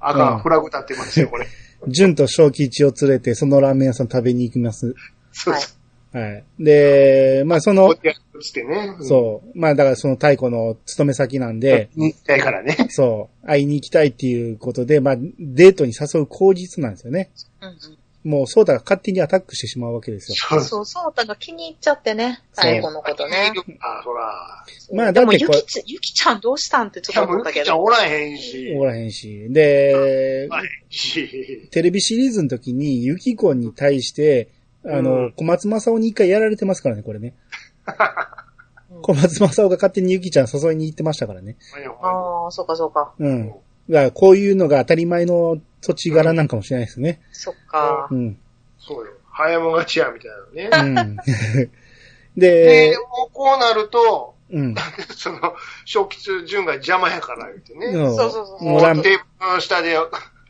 赤うんフラグ立ってますよ、こ *laughs* れ。純と正吉を連れて、そのラーメン屋さん食べに行きます。そうそう。はい。で、まあ、そこのう、やってしてね。そう。まあ、だからその太古の勤め先なんうん。で、行きたいからね。そう、会いに行きたいっていうことで、まあ、デートに誘う口実なんですよね。うんもう、ソータが勝手にアタックしてしまうわけですよ。そうそう、そうたが気に入っちゃってね、そう最後のことね。。あ、そら。まあでも、だってゆこれきち、ゆきちゃんどうしたんってちいょっや、ともう思っゆたけきちゃんど。おらへんし。おらへんし。でお、らへんし。テレビシリーズの時に、ユキコに対して、あうのん、小松正夫に一回やられてますからね、これね。うん小松正夫が勝手にユキちゃん誘いに行ってましたからね。ああ、そうかそうか。うん。だからこういうのが当たり前の土地柄なんかもしれないですね。そっかう。ん。そうよ。早いもん勝ちや、みたいなのう。ねん。 *laughs* でで、、もうこうなると、 *laughs* うん。その、小吉純が邪魔やから言ってね。そうそうそうももううラーメンテーブルの下で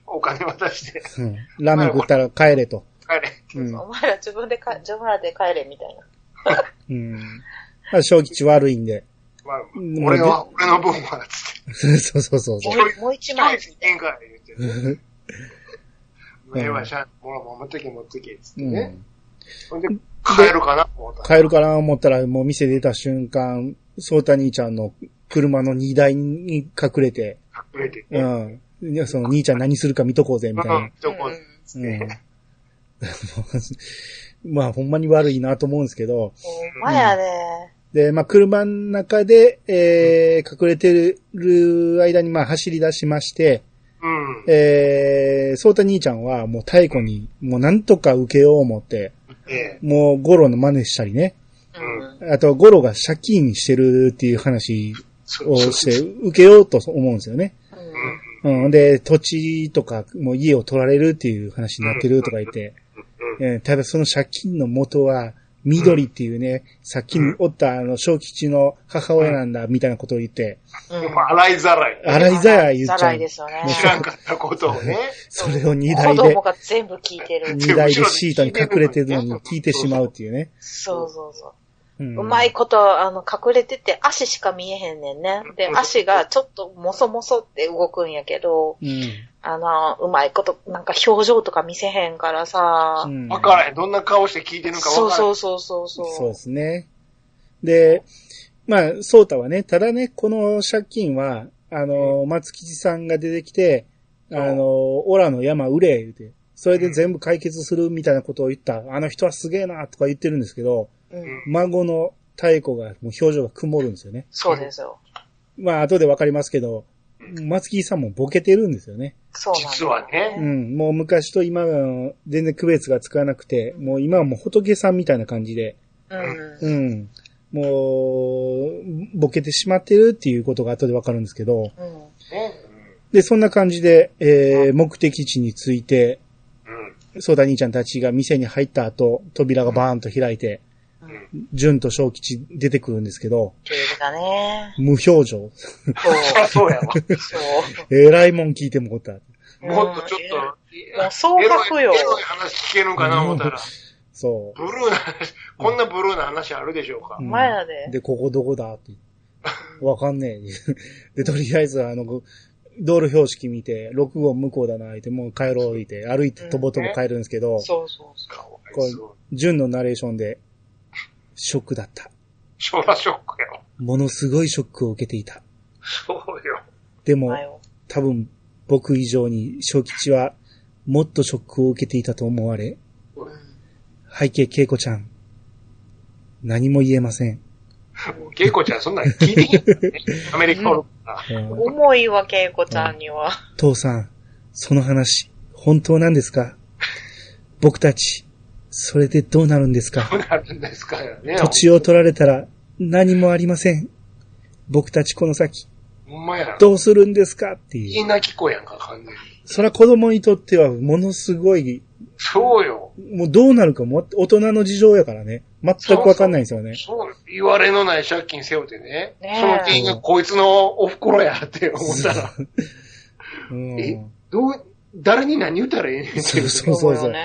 お金渡して、うんラーメン食ったら帰れと。あれ。うん。お前ら自分でか、自分らで帰れみたいな。うん。まあ、正吉悪いんで。 *laughs* まあうん、俺は、俺の分は、つって。そうそうそうそもう。う一もう一枚一人で行けんから言って。んええわ、しゃあ、もう持ってけ、持ってけ、つってうね。ん、ほんで、帰るかな、思ったら。帰るかな思ったら、もう店出た瞬間、ソータ兄ちゃんの車の荷台に隠れて、隠れてうね。ん。いや、その兄ちゃん何するか見とこうぜ、みたいうんな。、どこ、つうっん *laughs* て。。まあ、ほんまに悪いなと思うんですけど。お前やね。で、まあ、車の中で、えー、隠れてる間に、まあ、走り出しまして、うん。えー、ソータ兄ちゃんは、もう太古に、もうなんとか受けよう思って、ええ。もうゴロの真似したりね。うんうん。あと、ゴロが借金してるっていう話そをう *laughs* そうして、そう。受けようと思うんですよね。ううんん。うん。で、土地とか、もう家を取られるっていう話になってるとか言って、うんえーただその借金の元は、緑っていうね、さっきにおった、あの、小吉の母親なんだ、みたいなことを言って、うん。でも洗いざらい。洗いざらい言っちざゃらういで。すよね。知らんかったことをね。それを荷台子で供、が全部聞いてる。荷台でシートに隠れてるのに聞いてしまうっていうね。そうそうそう。うんうまいこと、あの、隠れてて、足しか見えへんねんね。で、うん足がちょっともそもそって動くんやけど、うん。あの、うまいこと、なんか表情とか見せへんからさ、うんわからへん。どんな顔して聞いてるのかそわうからへそん。うそうそうそう。そうですね。で、まあ、ソータはね、ただね、この借金は、あの、松吉さんが出てきて、あの、オラの山売れ、言うて、それで全部解決するみたいなことを言った、あの人はすげえな、とか言ってるんですけど、うん、孫の太子が、もう表情が曇るんですよね。そうですよ。まあ、後でわかりますけど、松吉さんもボケてるんですよね。そうなんだ実はうね。ん、もう昔と今は全然区別がつかなくて、もう今はもう仏さんみたいな感じで、うん。うん。もう、ボケてしまってるっていうことが後でわかるんですけど、うん。ねで、そんな感じで、えー、目的地について、うん。ソーダ兄ちゃんたちが店に入った後、扉がバーンと開いて、うん。純と小吉出てくるんですけど、というか *laughs* ね。無表情。そう。そりゃそうやわ。そう。えらいもん聞いてもこった。もっとちょっうんと、う総額よエロいエロい話聞けるんかな思ったら、そブルーな話、こんなブルーな話あるでしょうかう。。前やうんで。 *laughs* で、ここどこだって。わかんねえ。で、とりあえず、あの、道路標識見て、6号向こうだな、って、もう帰ろう、言って、歩いてとぼとぼ帰るんですけど、そうそうそう。かわいこそう。う、純のナレーションで、ショックだった。そらショックよ。ものすごいショックを受けていた。そうよ。でも、前を多分、僕以上に小吉は、もっとショックを受けていたと思われ、背景恵子ちゃん、何も言えません。もう、ゲイコちゃんそんなの聞いてきたね。アメリカおるかうら。ん重いわ、けいこちゃんには。父さん、その話、本当なんですか僕たち、それでどうなるんですどかうなるんですからね。土地を取られたら何もありません。僕たちこの先、ほんまや。どうするんですかってい。いいうなき子やんか、完全に。それは子供にとってはものすごい、そうよ。もうどうなるかも大人の事情やからね。全くわかんないんですよね。そうよ、言われのない借金背負ってね。ねえその金額こいつのお袋やって思ったら、うん。どう、誰に何言ったらいいねんってそいううそうそうよそう。ね。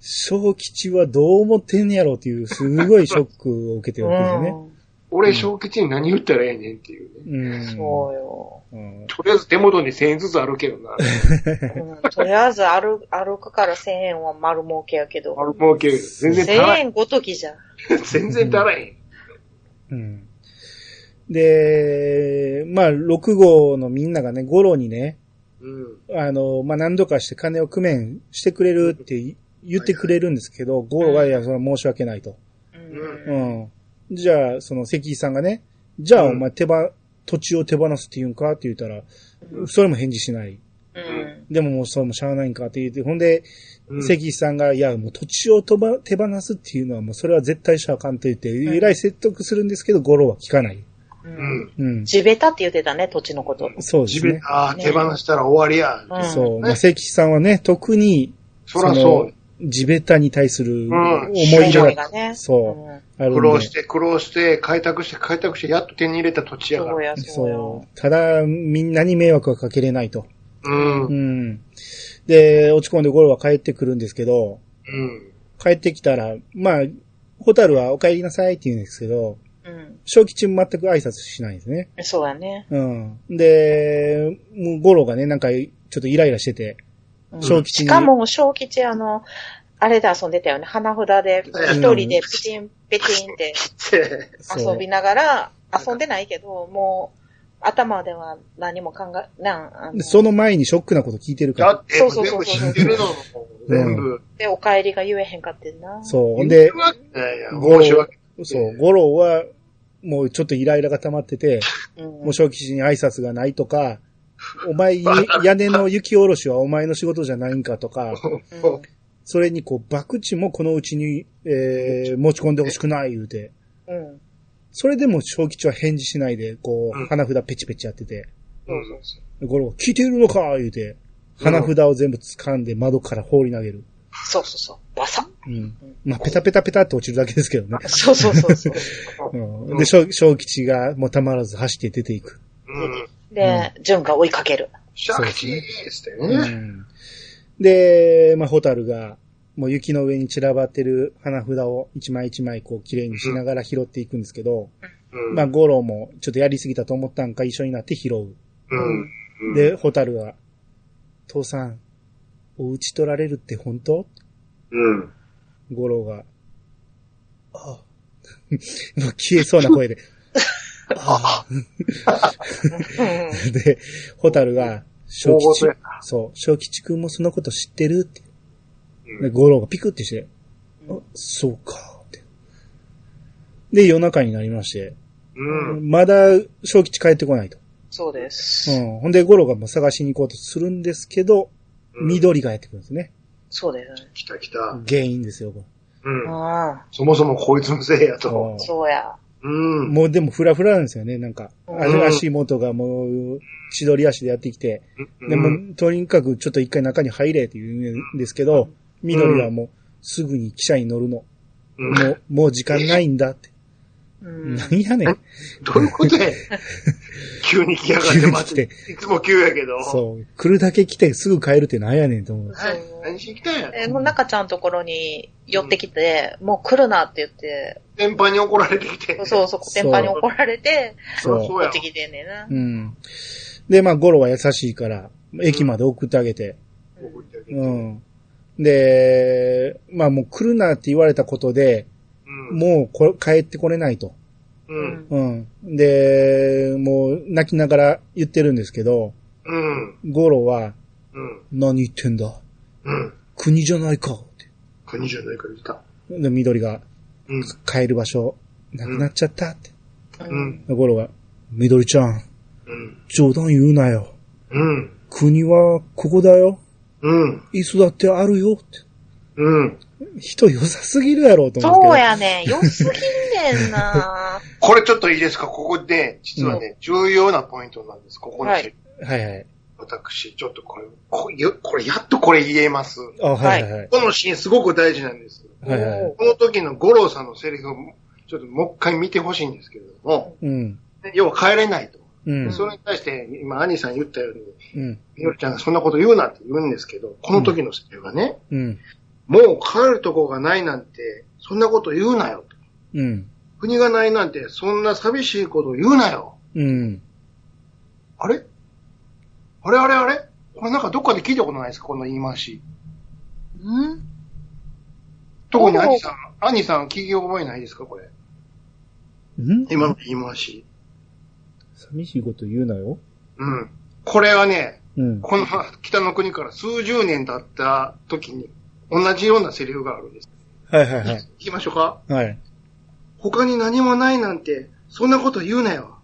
小吉はどう思ってんねやろっていう、すごいショックを受けてるうわけですよね。ん。俺、小吉に何言ったらええねんっていうね。うん。そうよ。うんとりあえず手元に1000円ずつあるけどな。うんとりあえず歩歩くから1000円は丸儲けやけど。丸儲ける。全然1000足らへん。円ごときじゃん。全然足らへん。うんで、まあ、6号のみんながね、五郎にね、うん。あの、まあ、何度かして金を工面してくれるってい言ってくれるんですけど、五郎は、いや、それは申し訳ないと。うんうん。じゃあ、その関井さんがね、じゃあ、うおん前手ば、土地を手放すって言うんかって言ったら、それも返事しない。うんでももうそれもしゃあないんかって言って、ほんで、うん関井さんが、いや、もう土地をとば手放すっていうのはもうそれは絶対しゃあかんと言って、んえらい説得するんですけど、五郎は聞かない。ううんん。うん。地べたって言ってたね、土地のこと。そうで地すべね。た、あー手放したら終わりや。うんそう。んまあ、関さんはね、特に、そらそう。の地べたに対するうん思い思入いれががね。そううん。あるんで苦労して、苦労して、開拓して、開拓して、やっと手に入れた土地やかそうら。や、そうそや。う。ただ、みんなに迷惑はかけれないと。うん。う。うんん。で、落ち込んでゴロは帰ってくるんですけど、帰ってきたら、まあ、ホタルはお帰りなさいって言うんですけど、うん。正吉も全く挨拶しないんですね。そうやね。うん。で、もうゴロがね、なんか、ちょっとイライラしてて、うん小吉しに。かも、小吉、あの、あれで遊んでたよね。花札で、うん一人でペチン、ペチンってでそう、遊びながら、遊んでないけど、もう、頭では何も考え、なん、あのでその前にショックなこと聞いてるかだら。って、そうそう全そ部う知そうってるの。全部。で、お帰りが言えへんかってんな。そう。ほん言でう、わけないやん申し訳そう、ゴロは、もうちょっとイライラが溜まってて、うん。もう小吉に挨拶がないとか、*laughs* お前、屋根の雪下ろしはお前の仕事じゃないんかとか、うんそれにこう、爆地もこのうちに、えー、持ち込んでほしくない言うて。うん。それでも小吉は返事しないで、こう、うん花札ペチペチやってて、うんそうゴロが聞いてるのか言うて、花札を全部掴んで窓から放り投げる。そうそうそう。バサッ。うん。まあ、ペタペタペタって落ちるだけですけどね。そうそうそうそう。うん、で、小小吉がもうたまらず走って出ていく。うん。で、純が追いかける。シャキチーズってうね。んで、まあ、ホタルが、もう雪の上に散らばってる花札を一枚一枚こう綺麗にしながら拾っていくんですけど、うんまあ、ゴロもちょっとやりすぎたと思ったんか一緒になって拾う。うん。うん、で、ホタルが、父さん、お家取られるって本当うん。ゴロが、ああ、 *laughs* もう消えそうな声で、あうんあ、で、ホタルが、小大ご吉とや、そう、小吉くんもそのこと知ってるって。うで、んゴロがピクってして、あ、そうか、って。で、夜中になりまして、うん。まだ小吉帰ってこないと。そうです。うん。ほんで、ゴロがもう探しに行こうとするんですけど、うん緑がやってくるんですね。そうです。来た来た。原因ですよ、これうん。ああ、そもそもこいつのせいやと。うそうや。うんん。もうでもフラフラなんですよね、なんか。うん足元がもう、千鳥足でやってきて。でうも、んとにかくちょっと一回中に入れって言うんですけど、緑はもう、すぐに汽車に乗るの。うんもう、もう時間ないんだって。うん。なんやねん。どういうことや急に来やがって待って。いつも急やけど。そう。来るだけ来てすぐ帰るってなんやねんと思う。はい。何しに来たんや。え、もう中ちゃんのところに寄ってきて、もう来るなって言って、電波に怒られてきて。そうそう、コテンパンに怒られて、そりゃそうこやっち。来てんねんな。うん。で、まあ、ゴロは優しいから、駅まで送ってあげて。送ってあげてうん。で、まあもう来るなって言われたことで、うん。もうこ帰ってこれないと。うん。うん。で、もう泣きながら言ってるんですけど、うん。ゴロは、うん。何言ってんだうん。国じゃないかって。国じゃないから出た。で、緑が、うん。帰る場所、なくなっちゃったって。うん。ゴロが、緑ちゃん、うん。冗談言うなよ。うん。国はここだよ。うん。椅子だってあるよって。うん。人良さすぎるやろうと思って。そうやねん。良すぎんねんなこれちょっといいですかここで、実はね、重要なポイントなんです。ここに、はいはいはい。私、ちょっとこれ、こよこれ、やっとこれ言えます。あ、はいはいはい。このシーンすごく大事なんです。はいはいはい。この時の五郎さんのセリフを、ちょっともう一回見てほしいんですけれども、うん。要は帰れないと。うん。それに対して、今、兄さん言ったように、うん。みよりちゃんがそんなこと言うなって言うんですけど、この時のセリフがね、うん。もう帰るとこがないなんて、そんなこと言うなよと。うん。国がないなんて、そんな寂しいこと言うなよ。うん。あれあれあれあれこれなんかどっかで聞いたことないですかこの言い回し。うん特に兄さん、兄さん聞き覚えないですかこれ。うん今の言い回し。寂しいこと言うなよ。うん。これはね、うん。この北の国から数十年経った時に、同じようなセリフがあるんです。はいはいはい。聞きましょうかはい。他に何もないなんて、そんなこと言うなよ。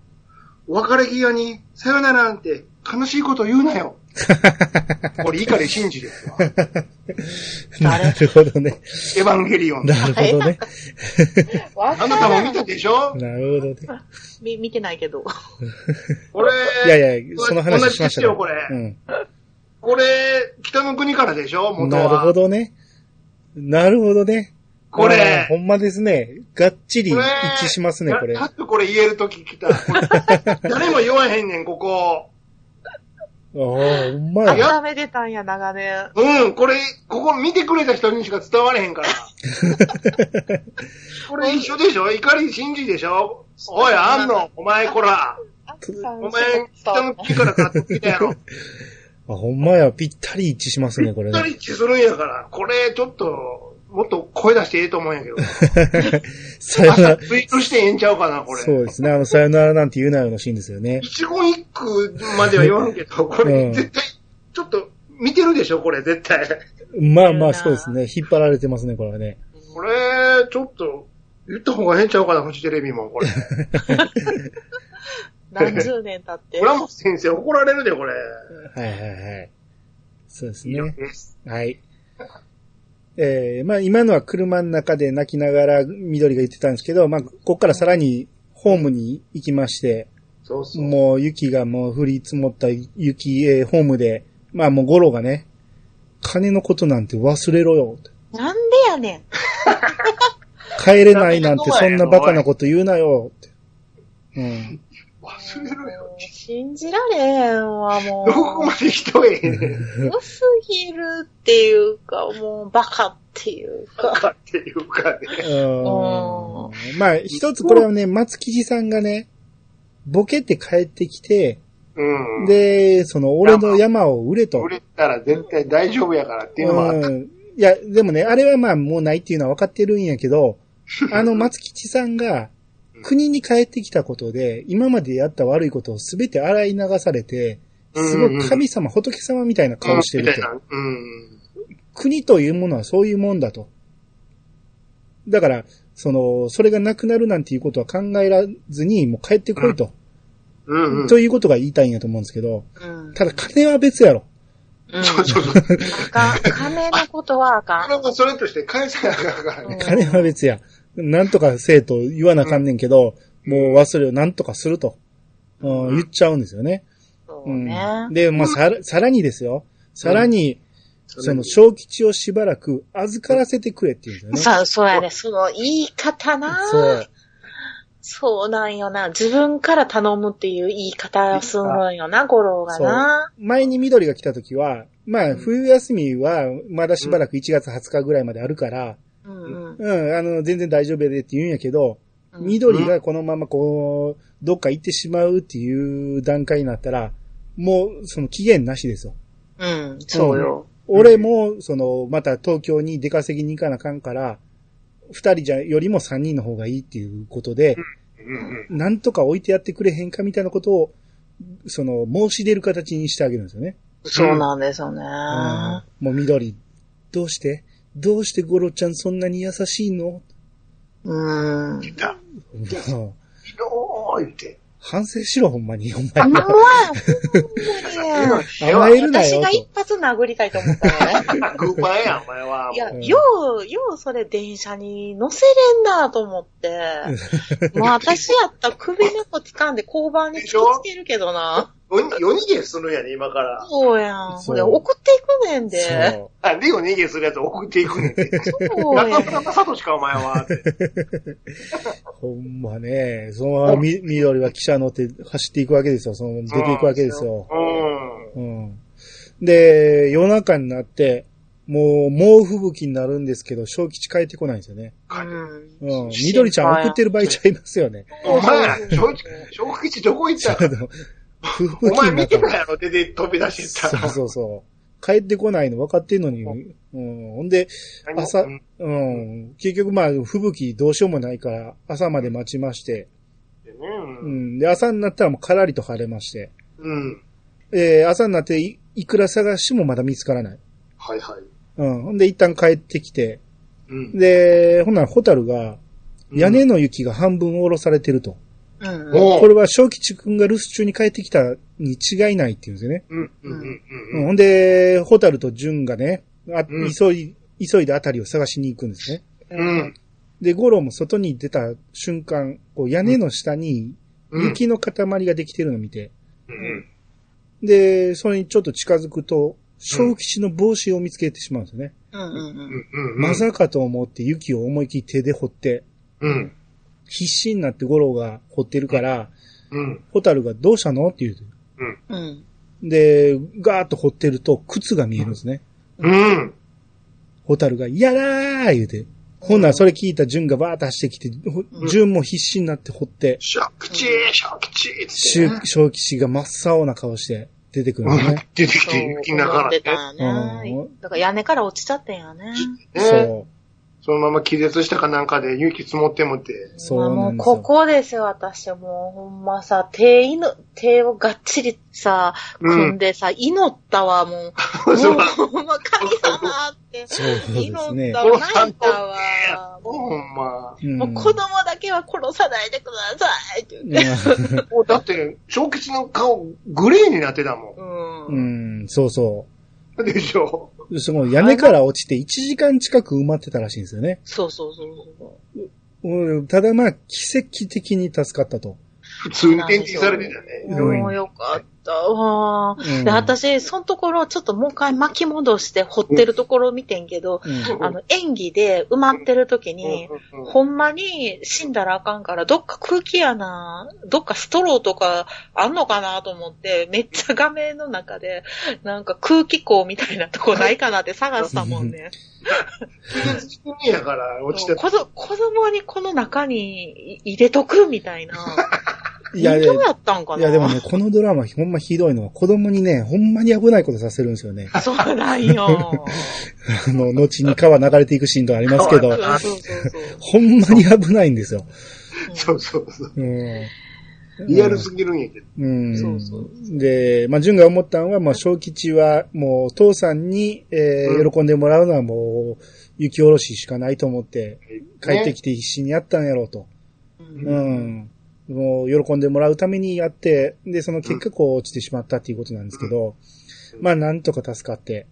別れ際に、さよならなんて、悲しいこと言うなよ。これ、碇真治ですわ。エなるほどね。ヴァン *laughs* ゲリオン。なるほどね。わあかなたもら見ん。たでしょなるほどね。み見てないけど。これ、いやいや、その話しましたね同じですよこれうん。これ、北の国からでしょ元は。なるほ。どね。なるほどね。こあーれ、ほんまですね。がっちり一致しますね、これや。っとこれ言えるとき来た。 *laughs* これ誰も言わへんねん、ここ。ああ、ほんまや。温めてたんや、長年。うん、これ、ここ見てくれた人にしか伝われへんから。これ一緒でしょ怒り信じでしょおい、あんの、お前こら。あったお前、北の国から買ってきたやろ。あ、ほんまや。ぴったり一致しますね、これ二人ね。一致するんやから、これちょっと、もっと声出してええと思うん *laughs* やけど。さよな朝ら。ツイートしてええんちゃうかな、これ。そうですね。あの、さよならなんて言うなよのシーンですよね。一言一句までは言わんけど、*laughs* こうんれ絶対、ちょっと見てるでしょ、これ絶対。まあまあ、そうですね。引っ張られてますね、これはね。これ、ちょっと、言った方が変ちゃうかな、フジテレビ *laughs* も、これ。何十年経って。村本先生怒られるで、これ。はいはいはい。そうですいいよね。はい。えー、まあ今のは車の中で泣きながら緑が言ってたんですけど、まあここからさらにホームに行きまして、そうそう。もう雪がもう降り積もった雪、えーホームで、まあもうゴロがね、金のことなんて忘れろよ。なんでやねん。帰れないなんてそんなバカなこと言うなよ。ってうん。忘れろよ。信じられへんわ、もどこまう。で人へねん。良すぎるっていうか、もうバカっていうとか。かっていうかね。うんまあ一つこれはね、松吉さんがね、ボケて帰ってきて、うん。、で、その、俺の山を売れと。売れたら絶対大丈夫やからっていうのは、うん。いや、でもね、あれはまあもうないっていうのは分かってるんやけ *laughs* ど、あの松吉さんが国に帰ってきたことで、今までやった悪いことを全て洗い流されて、すごい神様、仏様みたいな顔してるみたいと。な。うん。国というものはそういうもんだと。だから、その、それがなくなるなんていうことは考えらずに、もう帰ってこいと。うん、うん。ということが言いたいんやと思うんですけど、うん。ただ金は別やろ。うん。そうそう *laughs* そう。それか、金のことはあかん。はそれとして返せなあかんからね。 *laughs* 金は別や。なんとかせえと言わなあかんねんけど、うんもう忘れをなんとかすると、うんうん言っちゃうんですよね。そうねうん。で、まあ、さら、さらにですよ。さらに、その、そ小吉をしばらく預からせてくれって言うんですよね。さあ、そうやね。その言い方なそう。そうなんよな。自分から頼むっていう言い方をするんよな、五郎がな。前に緑が来た時は、まあ、冬休みは、まだしばらく1月20日ぐらいまであるから、うんうんうん、あの、全然大丈夫でって言うんやけど、うん。緑がこのままこう、どっか行ってしまうっていう段階になったら、もう、その期限なしですよ。うん、そうよ。俺も、その、また東京に出稼ぎに行かなあかんから、二人じゃ、よりも三人の方がいいっていうことで、うんうん。なんとか置いてやってくれへんかみたいなことを、その、申し出る形にしてあげるんですよね。そうなんですよね。うんもう緑、どうしてどうしてゴロちゃんそんなに優しいの *laughs* うん。来た。うんひどーいって。反省しろ、ほんまに。ほんまあにの。は、い甘えるな私よが、一発殴りたいと思った *laughs* のね。グーパーやん、お前は。いや、うんよう、ようそれ電車に乗せれんなと思 *laughs* って。もう私やったら首根っこ掴んで交番に突きつけるけどな。夜夜逃げするんやね、今から。そうやん。そそうれ送っていくねんと。で。そなんで夜逃げするやつ送っていくねんって。そうや中ん。村正しか、お前は。ってう。ほんまね。そのままみ緑は汽車乗って走っていくわけですよ。その、出ていくわけですよ。うん。うん。で、夜中になって、もう猛吹雪になるんですけど、小吉帰ってこないんですよね。うんうん。緑ちゃん送ってる場合ちゃいますよね。 *laughs* お前、正正吉どこ行ったあの、吹雪お前になった見てらたやろ、出て飛び出してったそうら。そうそう。帰ってこないの分かってんのに。うん。ほんで、何朝うんうん。結局まあ、吹雪どうしようもないから、朝まで待ちまして。ねううんん。で、朝になったらもうからりと晴れまして。うん。えー、朝になっていいくら探してもまだ見つからない。はいはい。うん。ほんで、一旦帰ってきて。うんで、ほんならホタルが、屋根うんの雪が半分下ろされてると。うん。おうこれは小吉くんが留守中に帰ってきたに違いないっていうんですよね。うんうんうんうん、うんほんで、ホタルとジュンがね、あうん急い、急いであたりを探しに行くんですね。うん。で、ゴロも外に出た瞬間、こう屋根の下にうん。雪の塊ができてるのを見て、うん。で、それにちょっと近づくと、小吉の帽子を見つけてしまうんですよね。うんうんうん。うん。まさかと思って雪を思い切り手で掘って、うん。必死になってゴロが掘ってるから、うん。ホタルがどうしたのって言うて。うん。で、ガーッと掘ってると靴が見えるんですね。うん。ホタルが、やらー言うて。ほんならそれ聞いた純がバーッと走ってきて、ん純も必死になって掘って、シャクチー、シャクチーっつ周ってね。小吉が真っ青な顔して出てくるんですうんね。 *laughs* 出てきそうて、雪の中思ってたかんやねうんだから屋根から落ちちゃってんやね。らね。ねそう。そのまま気絶したかなんかで雪積もってもって。そうなんですもうこよ。こですよ、私。もうほんまさ、手いの、手をがっちりさ、組んでさ、祈ったわ、も *laughs* う。そうもうほんま、神様って。そうです祈ねっ。たわ、泣いたわ。もほんま。うんうもう子供だけは殺さないでくださいって言って。もうだって、小吉の顔、グレーになってたもうん。うん、そうそん。でしょ。う。その屋根から落ちて1時間近く埋まってたらしいんですよね。そうそうそうそう。うんただまあ、奇跡的に助かったと。普通に転勤されてたね。うんもうよかったわ。うんで、私、そのところ、ちょっともう一回巻き戻して掘ってるところを見てんけど、うんうんあの、演技で埋まってる時に、うんほんまに死んだらあかんから、どっか空気穴、どっかストローとかあんのかなと思って、めっちゃ画面の中で、なんか空気口みたいなとこないかなって探したもんね。気絶してんねやから、落ちてた。子ど子供にこの中に入れとくみたいな。いやいやどう、やったんかないやでもね、このドラマほんまひどいのは子供にね、ほんまに危ないことさせるんです *laughs* よね。そうなんよ。あの、後に川流れていくシーンとかあります *laughs* けそどう、そうそうそう。ほんまに危ないんですよ。そうそうそう。うん。リアルすぎるんやけど。うん。そうそうで、まあ、純が思ったのは、まあ、小吉は、もう、父さんに、えーうん喜んでもらうのはもう、雪下ろししかないと思って、帰ってききて必死にやったんやろうと。うんうん。もう、喜んでもらうためにやって、で、その結果、こう、落ちてしまったっていうことなんですけど、うんまあ、なんとか助かって。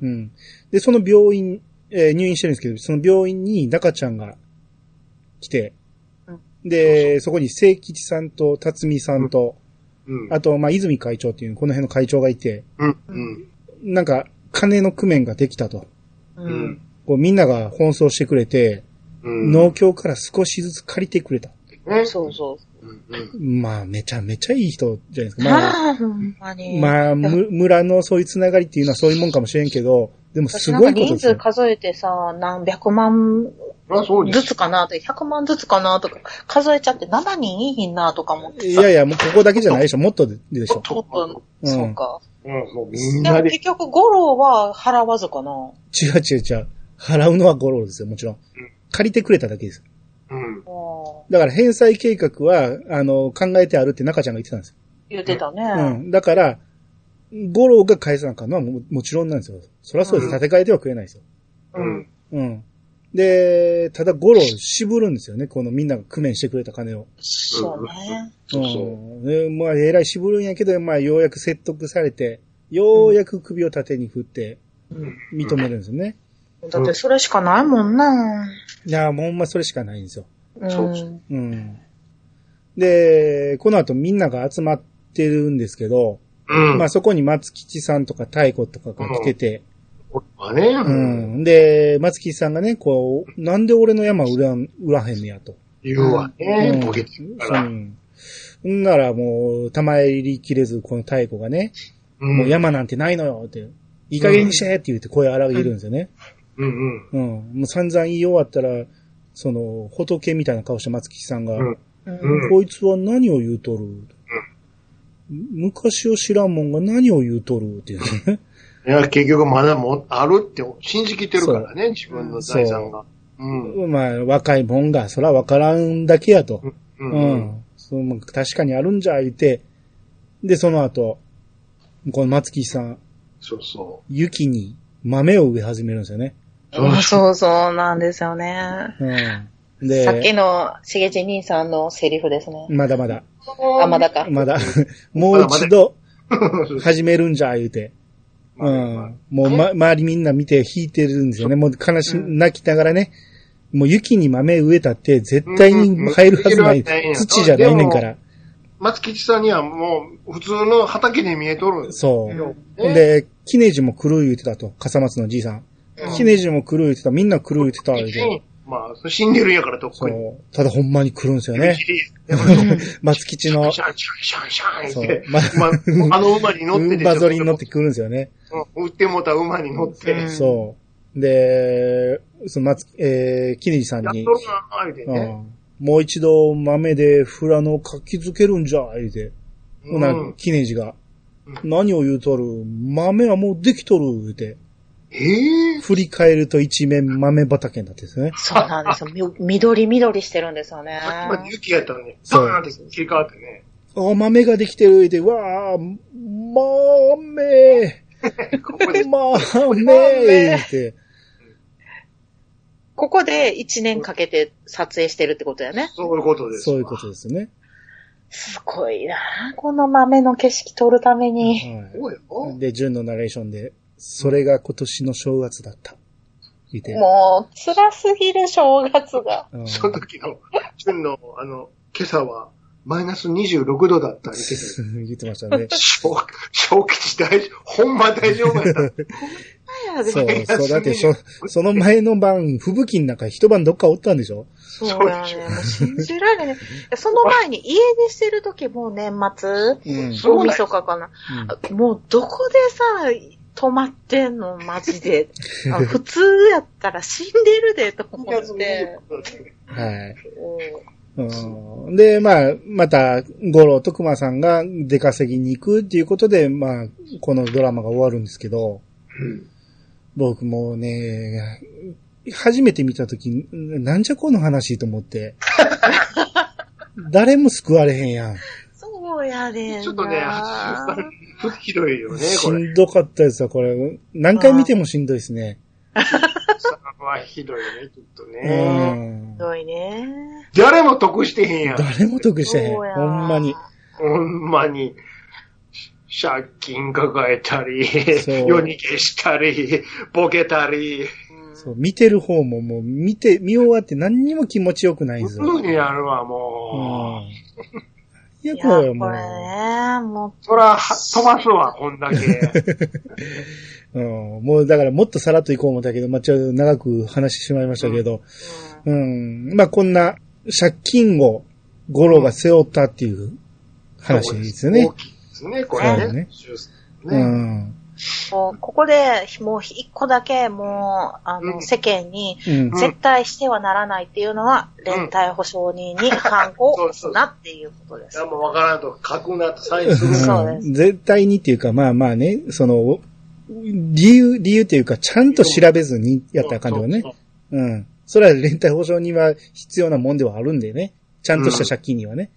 うん。で、その病院、えー入院してるんですけど、その病院に中ちゃんが来てうん、で、そこに聖吉さんと辰巳さんと、うん。あと、まあ、泉会長っていう、この辺の会長がいて、うん。うん。なんか、金の工面ができたと。ううんん。こう、みんなが奔走してくれて、うん。農協から少しずつ借りてくれた。ね。そうそうん。うん。まあ、めちゃめちゃいい人じゃないですう。か。まあ、まあ、ほんまに。まあ、む村のそういうつながりっていうのはそういうもんかもしれんけど、でもす私なんごかいことで人すよ数。数えてさ、何百万あ、そうでずす。つかなと、100万ずつかなとか、数えちゃって7人いいひんなとか思っていさ。やいや、もうここだけじゃないでしょ。もっとででしょ。ちょっと、うんそうか。うん、もうみんでなもで結。局、五郎は払わずかな。違う違う違う。払うのはゴロですよ、もちろん。借りてくれただけです。うん。うんだから返済計画は、あの、考えてあるって中ちゃんが言ってたんですよ。言ってたね。うん。だから、ゴロが返さなあかんのはももちろんなんですよ。そりゃそうです。うん建て替えてはくれないですよ。うん。うん。で、ただゴロ渋るんですよね。このみんなが工面してくれた金を。そうね。そうそう。ん。でまあ、えらい渋るんやけど、まあ、ようやく説得されて、ようやく首を縦に振って認めるんですよね。だってそれしかないもんな。いや、もうほんまそれしかないんですよ。うん。そううん。で、この後みんなが集まってるんですけど、うん。ままあそこに松吉さんとか太鼓とかが来てて、あね。ううん。。で、松吉さんがね、こう、なんで俺の山売らん、売らへんのやと。言うわうねん。ボケてるかうら。ん。んならもう、玉入りきれず、この太鼓がね、うんもう山なんてないのよって、いい加減にしてって言って声荒げるんですよね。うんうん。もう散々言い終わったら、その、仏みたいな顔した松吉さんが、うん。うん。うんうんこいつは何を言うとる、昔を知らんもんが何を言うとるっていう *laughs* ね。いや、結局まだもうあるって信じきってるからね、自分の財産が。うん。まあ、若いもんが、そら分からんだけやと。ううん。その確かにあるんじゃ、言うて。で、その後、この松木さん、そうそ雪に豆を植え始めるんですよね。うんそうそうなんですよね。うん。さっきで、のしげち兄さんのセリフですね。まだまだ、う。 *laughs* あ、まだか。まだ、もう一度うん始めるんじゃ、言うて。うまだまだん。もう、ま、周りみんな見て弾いてるんですよね。もう悲し、泣きながらね。もう雪に豆植えたって絶対に入るはずない。うんうんうん土じゃないねんから。松吉さんにはもう普通の畑に見えとるんですそよう。。ね、で、キネジも狂い言ってたと。笠松のじいさん。うんキネジも狂い言ってた。みんな狂い言ってた。言うてまあ、死んでるんやから、とっそくに。う。ただほんまに来るんですよね。松吉の、シャンシャンシャンシャンそっうて。。ま、まあ、あの馬に乗って馬ぞりに乗ってくるんですよね。売ってもうた馬に乗って。うんそう。で、その松、えー、キネジさんやっとにる、なー、言うてうね。んもう一度豆でフラノを活気づけるんじゃ、言うて。ほな、キネジが、う何を言うとる豆はもうできとる、言うて。ええ振り返ると一面豆畑になってるんですね。そうなんですよ。み緑緑してるんですよ *laughs* ね。さっきまで雪やったのに、そドうーンって切り替わってね。あ、豆ができてる、言うて。わあ、豆、ここで、豆、言うて。ここで一年かけて撮影してるってことだよね。そういうことです。 *laughs* そういうことですね。すごいなあこの豆の景色撮るために。はそうよい。。で、純のナレーションで、それが今年の正月だった。言うて。もう、辛すぎる正月が。うんその時の、旬の、あの、今朝は、マイナス26度だったり、言ってました *laughs* ね。小小吉大丈夫、ほんま大丈夫やった。そう、そう、だってそ、その前の晩、吹雪の中、一晩どっかおったんでしょそうだよね。もう信じら *laughs* れない。その前に家出してる時もう年末うん。うんそう大なんです晦日かな。もうどこでさ、泊まってんのマジ *laughs* で。あ普通やったら死んでるでと思って。はい。ううんで、まあ、また、五郎と熊さんが出稼ぎに行くっていうことで、まあ、このドラマが終わるんですけど、うん僕もね、初めて見たとき、なんじゃこの話と思っ *laughs* て。誰も救われへんやん。んそうやねんな。ちょっとね、 *laughs* ひどいよね、しこれ。んどかったですわ、これ。何回見てもしんどいですね。さはひどいよね、ちょっとうね。んひ。どい *laughs* ね。誰も得してへんやん。誰も得してへん。そうやほんまに。ほんまに。借金抱えたりそう、夜逃げしたり、ボケたり、うんそう、見てる方ももう見て、見終わって何にも気持ちよくないんですすよ。ぐにやるわ、うんもう。いや、いや、これはこもれね、もそら、は飛ばすわ、こんだ *laughs* け。う、うん、もうだからもっとさらっといこう思ったけど、まあ、ちょっと長く話してしまいましたけど、う、うん、まあ、こんな借金を五郎が背負ったっていう話ですよね大。きいですね、これそうねね。ジュースうねん。もうここで、もう一個だけ、もう、あうの、ん世間に、うん。ん絶対してはならないっていうのは、連帯保証人に反抗を押すなっていうことです。何もわからんと書くなとサインするな。そうです絶対にっていうか、まあまあね、その、理由、理由っていうか、ちゃんと調べずにやったらあかんではねそう。うん。それは連帯保証には必要なもんではあるんでね。ちゃんとした借金にはね。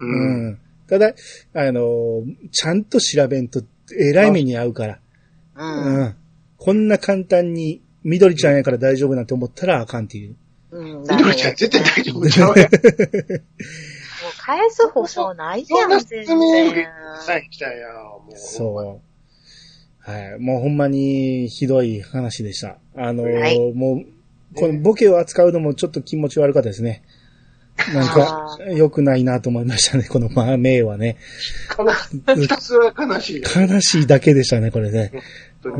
う。うんん。ただ、あの、ちゃんと調べんと、えらい目に遭うから。う。うんん。こんな簡単に、緑ちゃんやから大丈夫なんて思ったらあかんっていう。うん、だみからどりちゃん絶対大丈夫ちゃうやん。もう返す保証ないじそゃ、んなん説全明然受け。サイン来たんや。もう。そう。はい。もうほんまにひどい話でした。あのーはいもう、このボケを扱うのもちょっと気持ち悪かったですね。なんかあ、良くないなと思いましたね。 *laughs* このまあ、名はね。悲しい。ひたすら悲しい。悲しいだけでしたね、これね。本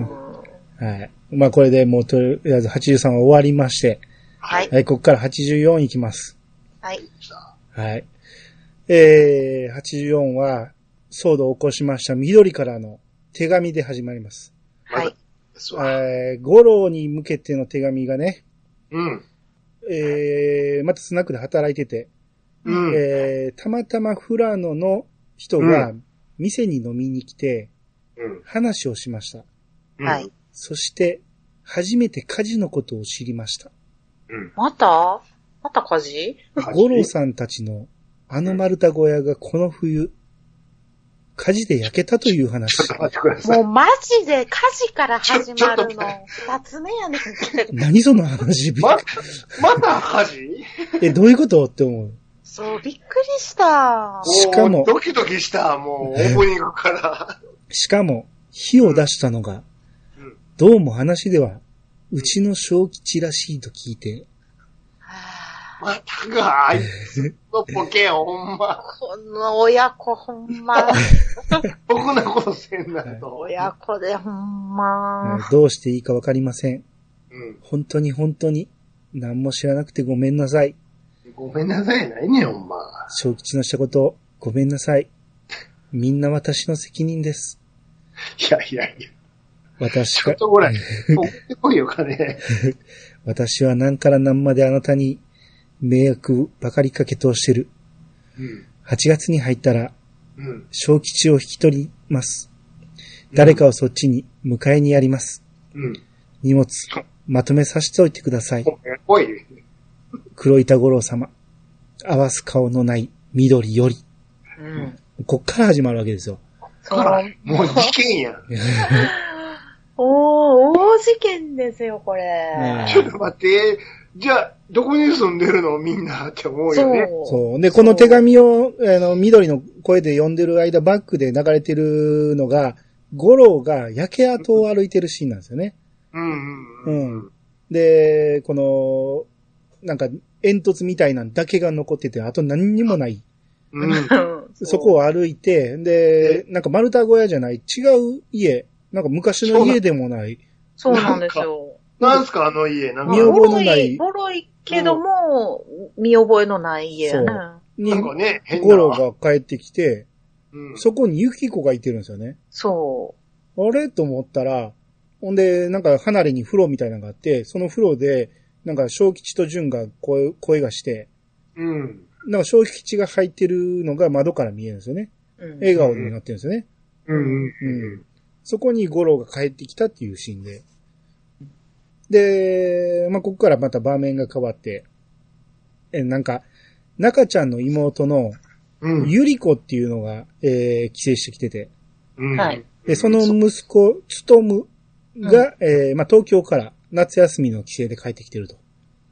当にはい。まあ、これでもうとりあえず83は終わりまして。はい。はい、ここから84いきます。はい。はい。えー、84は、騒動を起こしました緑からの手紙で始まります。はい。ですわ。えー、五郎に向けての手紙がね、うん。えーまたスナックで働いてて、うん。えーたまたまフラノの人がう店に飲みに来てうん。話をしました。うんはい。そして、初めて火事のことを知りました。うん。またまた火事五郎さんたちのあの丸太小屋がこの冬、火事で焼けたという *laughs* 話。ちょっと待ってください。もうマジで火事から始まるちょちょっの二つ目やねんけど。何その話 *laughs* ま、また火事 *laughs* え、どういうことって思う。そう、びっくりした。しかもうドキドキした、もう、オープニングから。 *laughs* しかも、火を出したのが、うんどうも話では、うちの小吉らしいと聞いて、はあまたか、あいつのボケよ、ほんま。この親子ほんま、 *laughs* 僕のことせんなと。親子でほんえま。ーどうしていいかわかりません。うん。本当に本当に、何も知らなくてごめんなさい。ごめんなさい、ないねん、ほんま。小吉のしたこと、ごめんなさい。みんな私の責任です。いやいやいや。私ちょがっ、とほら、送ってこいよ、金。私は何から何まであなたに迷惑ばかりかけ通してる。うん。 8月に入ったら、うん。小吉を引き取ります。誰かをそっちに迎えにやります。うん。荷物、まとめさせておいてください。おい。黒板五郎様。合わす顔のない緑より。うん。こっから始まるわけですよ。そほらう。、もう事件やん。おー、大事件ですよ、これ。ちょっと待って、じゃあ、どこに住んでるのみんなって思うよね。そう。そう。で、この手紙を、あの、緑の声で読んでる間、バックで流れてるのが、五郎が焼け跡を歩いてるシーンなんですよね。うんううんん。で、この、なんか、煙突みたいなんだけが残ってて、あと何にもない。うん。うん。うんそこを歩いて、で、なんか丸太小屋じゃない、違う家、なんか昔の家でもない、そうなんですよ。なんすか、あの家。なん見まあか、覚えのないボロいボロいけども、見覚えのない家やね。にな、んかね、変な。ゴロが帰ってきて、うん。そこにユキコがいてるんですよね。そあれと思ったら、ほんで、なんか離れに風呂みたいなのがあって、その風呂で、なんか小吉と純が声声がして、うん。なんか小吉が入ってるのが窓から見えるんですよね。う。うん笑顔になってるんですよね。ううん。ん。そこに五郎が帰ってきたっていうシーンで。で、まあ、ここからまた場面が変わって、え、なんか、中ちゃんの妹のうん。ゆり子っていうのが、えー帰省してきてて、うん。はい。で、その息子、つとむが、えーまあ、東京から夏休みの帰省で帰ってきてると。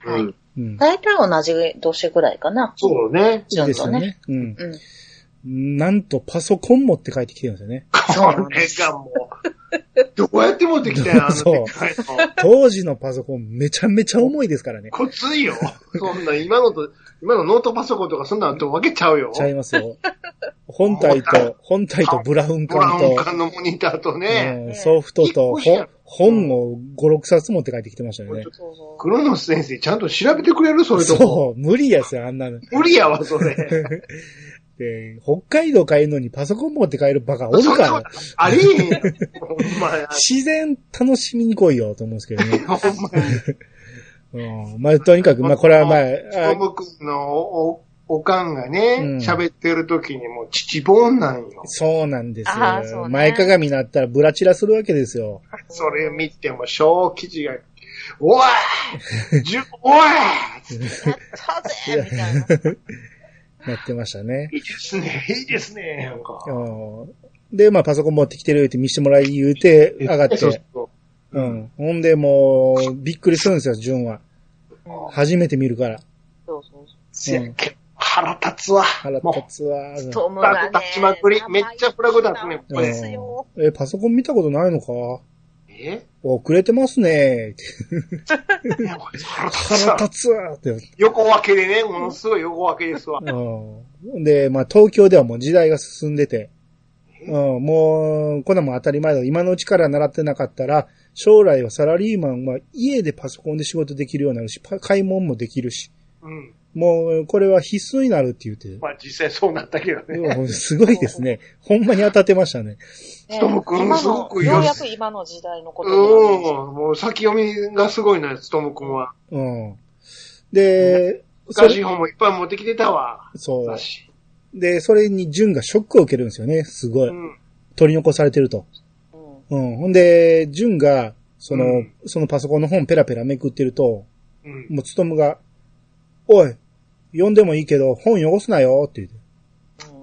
うん。うん。大体同じ年ぐらいかな。そうね。ちょっですとよね。ね。うん。うん。なんとパソコン持って帰ってきてるんですよ *laughs* ね。これがもう、どうやって持ってきたんや、あ *laughs* のそうでかいの。当時のパソコンめちゃめちゃ重いですからね。こついよ。そんな、今のと、今のノートパソコンとかそんなのと分けちゃうよ。ちゃいますよ。本体と、本体とブラウンブラ管ウンと、管のモニターとね、うんソフトと、一個しほか本を5、6冊持って帰ってきてましたよねちょ。そうそうクロノス先生ちゃんと調べてくれるそれとも。そう、無理やすよ、あんなの。無理やわ、それ。えー北海道帰るのにパソコン持って帰るバカおるそんかなこらと、ありえへんやん。ほんまや。自然楽しみに来いよと思うんですけどね。ほんまや。うん、まあ、とにかく、まあ、これはまあ、トあム君のお、おおかんがうんね、喋、ってる時にもう父ボンなんよ。そうなんですあーそよ。うね前かがみになったらブラチラするわけですよ。それ見ても小吉が、おい *laughs* じゅ、おいやったぜみたいな。なってましたね。いいですね、いいですね、なんか。うんで、まあ、パソコン持ってきてるって見してもらい言うて、上がっそうて。そううん。ほんで、もう、びっくりするんですよ、ジュンは。初めて見るから。そうそうせやけど腹立つわ。腹立もつわ。そう。トムう、がね腹立。ちまくり。めっちゃフラグ立つね、こうんれ。ですよえ、パソコン見たことないのかえ遅れてますね。いや腹立つ腹わ。立つわって。横分けでね、ものすごい横分けですわ。うん。で、まあ、東京ではもう時代が進んでて、うん、もう、こんなもん当たり前だ。今のうちから習ってなかったら、将来はサラリーマンは家でパソコンで仕事できるようになるし、パ買い物もできるし、うん。もう、これは必須になるって言 *laughs* ってまあ実際そうなったけどね。うん、すごいですね。ほんまに当たってましたね。ねトム君今のすごくいいようやく今の時代のこうとになるん。もう先読みがすごいな、つともくんは。うん。で、そ昔れ本もいっぱい持ってきてたわ。そ雑誌う。で、それに純がショックを受けるんですよね。すごい。うん。取り残されてると。うんうん。ほんで、純が、その、うんそのパソコンの本ペラペラめくってると、うん。もうつとむが、おい、読んでもいいけど、本汚すなよってうん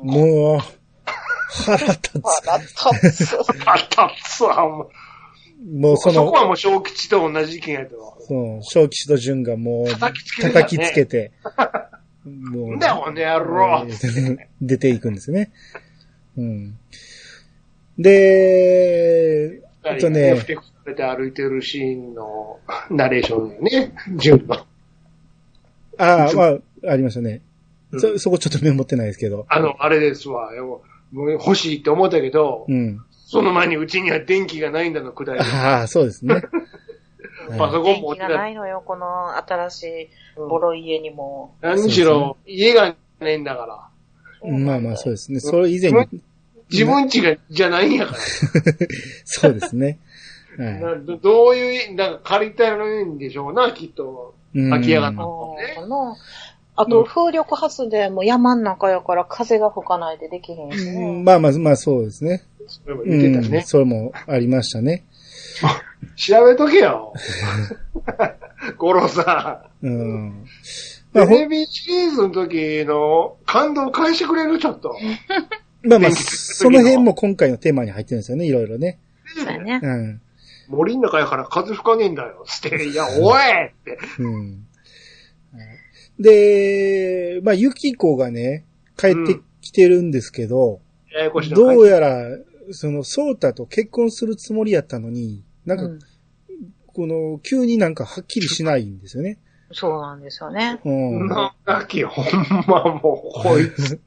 言うて。もう、腹 *laughs* 立つ。腹立つ。あったっつわ、ほんまもうそそのこ、はもう小吉と同じ意見やけど。うん、小吉と純がもう、叩きつけてたね叩きつけて、 *laughs* もなんだよ、この野郎。 *laughs* 出ていくんですね。うん。で、えっとねふてくされて歩いてるシーンのナレーションよね。順番。ああ、まあ、ありましたね。うんそ、そこちょっとメモってないですけど。あの、あれですわ。もう欲しいって思ったけど、うん。その前にうちには電気がないんだのくだり。ああ、そうですね。 *laughs* パソコ元ン持って気がたな。いのよ、この新しいうんボロい家にも。何しろ、家がないんだから。まあまあ、そうですね。それ以前 *laughs* に、自分家が、じゃないんやから。そうですね。はなどどういう、なんか借りたいんでしょうな、きっと。い。うん *laughs* 空き家がなうんねこのあと、風力発電も山ん中やから風が吹かないでできへんしうんね。まあまあ、まあそうですね。そういえばう言ってたん。ね。それもありましたね。調べと *laughs* けよ。ゴロさうん。ん。まあ、テほんレビシリーズの時の感動返してくれるちょっと。まあまあ、電気つけそときのの辺も今回のテーマに入ってるんですよね、いろいろね。そうやね。うん。森の中やから風吹かねえんだよ。つって、いや、おいって。うん。で、まあ、ユキコがね、帰ってきてるんですけど、ややこしいなどうやら、その、ソータと結婚するつもりやったのに、なんか、うんこの、急になんかはっきりしないんですよね。そうなんですよね。うん。あなんだっけ、ほんまもう、こいつ。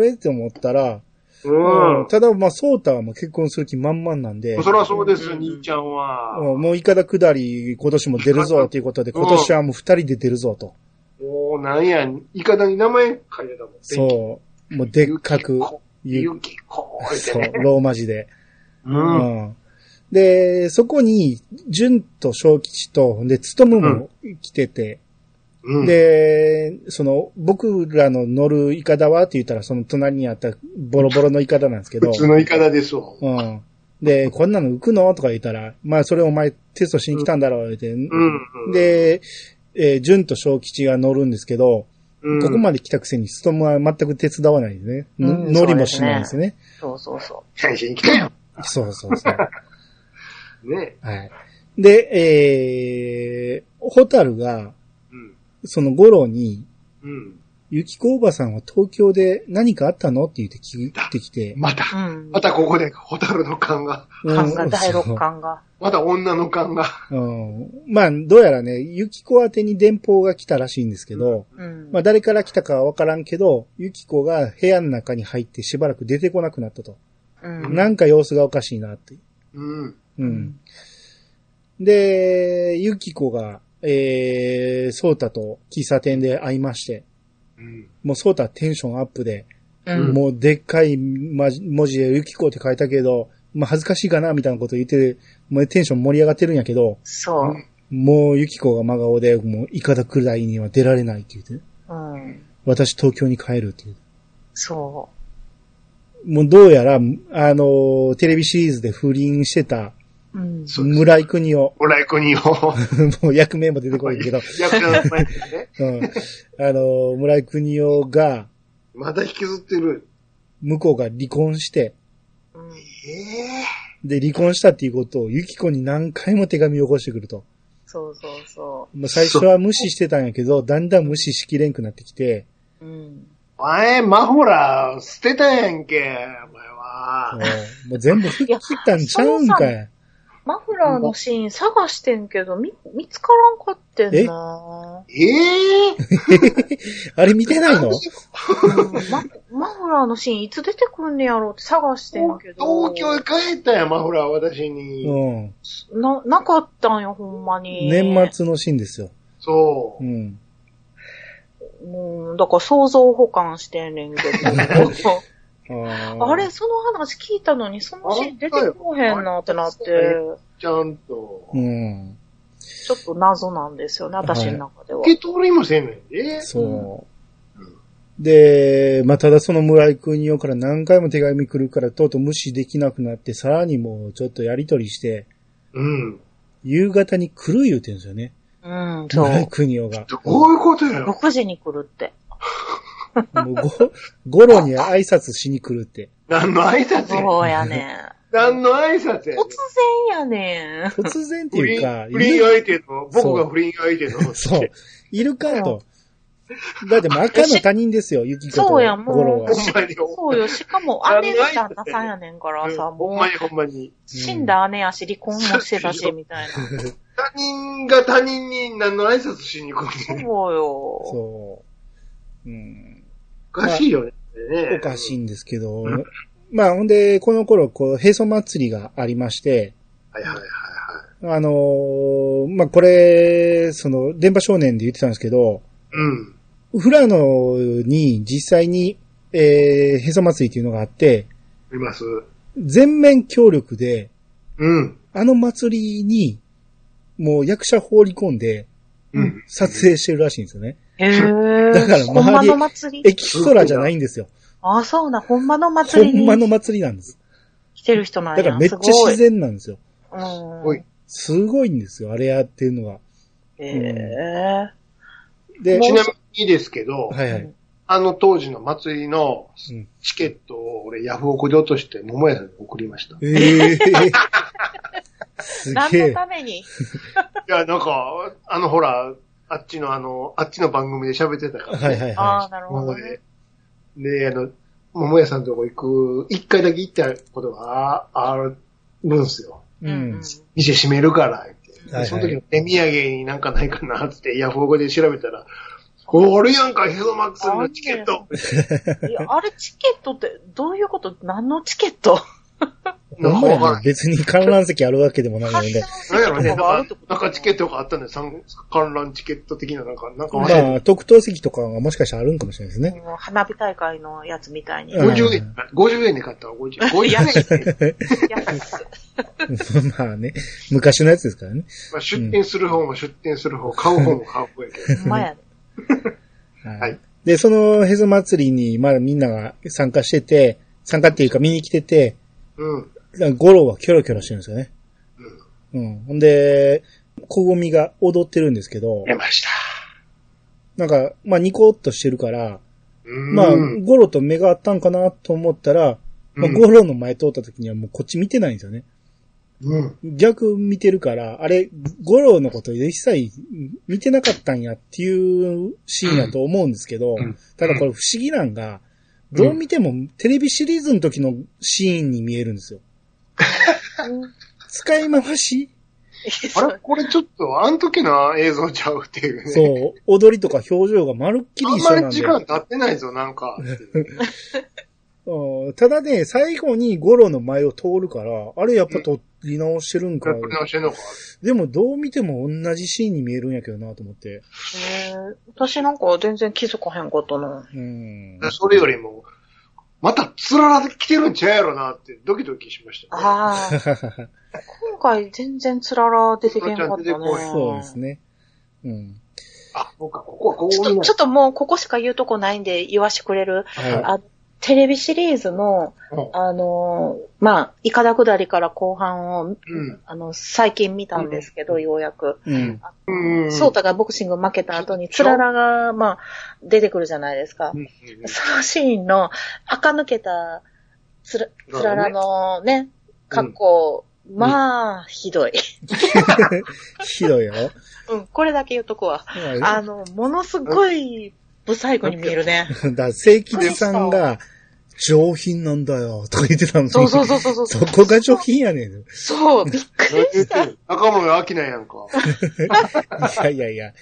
れって思ったら、うん。ただ、まあ、ソータはもう結婚する気満々なんで、そりゃそうです、うん兄ちゃんは。うんもういかだ下り、今年も出るぞということで、うん今年はもう二人で出るぞと。もうなんや、イカダに名前書いてたもん。そう。もうでっかく、ゆゆきこ、ゆきこ、そ言ううてね。、ローマ字で。うん。うんで、そこに、純と小吉と、で、つとむも来てて、うん、で、その、僕らの乗るイカダはって言ったら、その隣にあったボロボロのイカダなんですけど普、通のイカダですわ。うん。で、こんなの浮くのとか言ったら、まあ、それお前テストしに来たんだろう、って。うん。、で、えー、純と小吉が乗るんですけど、うん、ここまで来たくせに、ストームは全く手伝わないんですね。のうん乗りもしないんですね。そうそうそ返信に来たよ。そうそうそう。ね。はい。で、えー、ホタルが、うん。その頃に、うん。ゆきこおばさんは東京で何かあったのって言って聞いてきて。また、う。うんま。たここで、ホタルの勘が、感が、第う六ん感が。また女の勘が。うん。まあ、どうやらね、ゆきこ宛てに電報が来たらしいんですけど、うん。まあ、誰から来たかはわからんけど、ゆきこが部屋の中に入ってしばらく出てこなくなったと。うんなんか様子がおかしいなって。うん。うん。で、ゆきこが、えー、ソータと喫茶店で会いまして、うん。もうソータはテンションアップで、うん。もうでっかいま文字でユキコって書いたけど、まあ恥ずかしいかなみたいなこと言って、もうテンション盛り上がってるんやけど、そう。もうユキコが真顔で、もういかだくらいには出られないって言って、うん。私東京に帰るって言って。そもうどうやら、あの、テレビシリーズで不倫してたう。うん。そうです村井国を、村井国を。もう役名も出てこないけど、やってらっしゃいですね。うん、あの、村井国夫が、 *laughs* まだ引きずってる。向こうが離婚して、うんええで、離婚したっていうことを、ゆきこに何回も手紙を起こしてくると。そうそうそまあ、最初は無視してたんやけど、だんだん無視しきれんくなってきて、う。うん。前、マホラ、捨てたやんけ、お前うは。んもう全部吹っ切ったんちゃうんかい。マフラーのシーン探してんけど、み、見つからんかってんなええあれ見てない *laughs* うのんママフラーのシーンいつ出てくんねやろうって探してんけど。東京へ帰ったやん、マホラ、私に。うん。な、なかったんよ、ほんまに。年末のシーンですよ。そうう。ん。うん、だから想像保管してんねん *laughs* けど。ああれ、その話聞いたのに、そのシーン出てこへんなってなって、ちゃんと。うん。ちょっと謎なんですよね、私の中では。受け取りもせんねんで。そう。で、まあ、ただその村井国夫から何回も手紙来るから、とうとう無視できなくなって、さらにもうちょっとやりとりして、うん。夕方に来る言うてるんですよね。うん、そ村井う。国夫が。どういうことやろ6時に来るって。もうご、ゴロに挨拶しに来るって。何の挨拶やそうや *laughs* ねん。何の挨拶や突然やねん。突然って不いう倫か、不倫いる相手の、僕が不倫 *laughs* 相手の。そう。いるかと。だって、赤の他人ですよ、ゆきことそうやもうゴロは。ほんまに。そうよ、しかも姉の旦那さんやねんからさ、ほんもまう、にほんまに。死んだ姉やし、離婚もしてたし、みたいな。他人が他人に何の挨拶しに来るそうねんよ。そう。うん。おかしいよね。おかしいい。んですけどうん、まあ、ほんで、この頃、こう、へそ祭りがありまして、はいはいはいはい。あのーまあ、これ、その、電波少年で言ってたんですけど、うん。フラノに実際に、えー、へそ祭りっていうのがあって、います。全面協力で、うん。あの祭りに、もう役者放り込んで、うん。撮影してるらしいんですよね。へえ。だから周りほんまの祭りエキストラじゃないんですよ。あ、そうな、ほんまのほ祭りんまのに祭りなんです。来てる人なんだや。からめっちゃ自然なんですよ。すごおい。ういん。すごいんですよ、あれやってるのが。へえ。で、ちなみにですけど、は *laughs* いはい。あの当時の祭りのうんチケットを俺ヤフオクで落として桃屋さんに送りました。いええすげ何えの。ためにや、なんか、あのほら、あっちのあの、あっちの番組で喋ってたから、はいはいああ、はなるほもどうねね。で、あの、桃屋さんのとこ行く、一回だけ行ったことがああるんですよ。い。うん。店閉めるから、言ってはいはいその時の手土産になんかないかな、つって、ヤフオクで調べたら、おあれやんか、ヘドマックスのチケット。いや、あれチケットって、どういうこと何のチケットほんまやね。別に観覧席あるわけでもないので。なんやろね、となんかあるってかこと、なんかチケットがあったんで、参観覧チケット的な、なんか、なんか忘れて、まあ、特等席とかがもしかしたらあるんかもしれないですね。うん花火大会のやつみたいに。うん50円、50円で買ったわ、50円。50円で、安いまあね、 *laughs* 昔のやつですからね。まあ、出店する方も出店する方、買う方も買う方やけど。ほんまやね。ははいい。で、そのヘズ祭りに、まあみんなが参加してて、参加っていうか見に来てて、うん。ゴロはキョロキョロしてるんですよね。うん。ほんで、小ゴミが踊ってるんですけど、出ました。なんか、まあニコッとしてるから、うんまあ、ゴロと目が合ったんかなと思ったら、まあ、うんゴロの前通った時にはもうこっち見てないんですよね。うん。逆見てるから、あれ、ゴロのこと一切見てなかったんやっていうシーンやと思うんですけど、うんただこれ不思議なんが、どう見てもテレビシリーズの時のシーンに見えるんですよ。使い回しあれこれちょっと、あの時の映像ちゃうっていうね。そう、踊りとか表情がまるっきりあん一緒まなんり時で。間経ってないぞ、なん *laughs* か。うんただね、最後にゴロの前を通るから、あれやっぱ撮り直してるんこかれ。撮り直してんのか。でもどう見ても同じシーンに見えるんやけどなと思って。へえ私なんか全然気づかへんことの。うん。それよりも、またつららで来てるんちゃうやろなって、ドキドキしました、ね。ああ。今回全然つらら出てけんかったね。つらら出てこいそうですね。うん。あ、そうか、ここはこちうょっ見と、ないちょっともうここしか言うとこないんで言わしてくれる。はあテレビシリーズの、あのーまあ、イカダ下りから後半を、うんあの、最近見たんですけど、ようやく。い。うん。うん。うん。ソータがボクシング負けた後に、つららが、まあ、出てくるじゃないですかう。んうん *laughs* そのシーンの、垢抜けたつら、つららのね、格好、まあ、ひどい。ひどいよ。うん、これだけ言うとこは。あの、ものすごい、不細工に見えるね。 *laughs* だから、聖吉さんが、上品なんだよ、とか言ってたのに。そうそうそうそうそ *laughs* そう。こが上品やねん。いそう、びっくり言っしてた。る中村明菜やんか。やいやいや。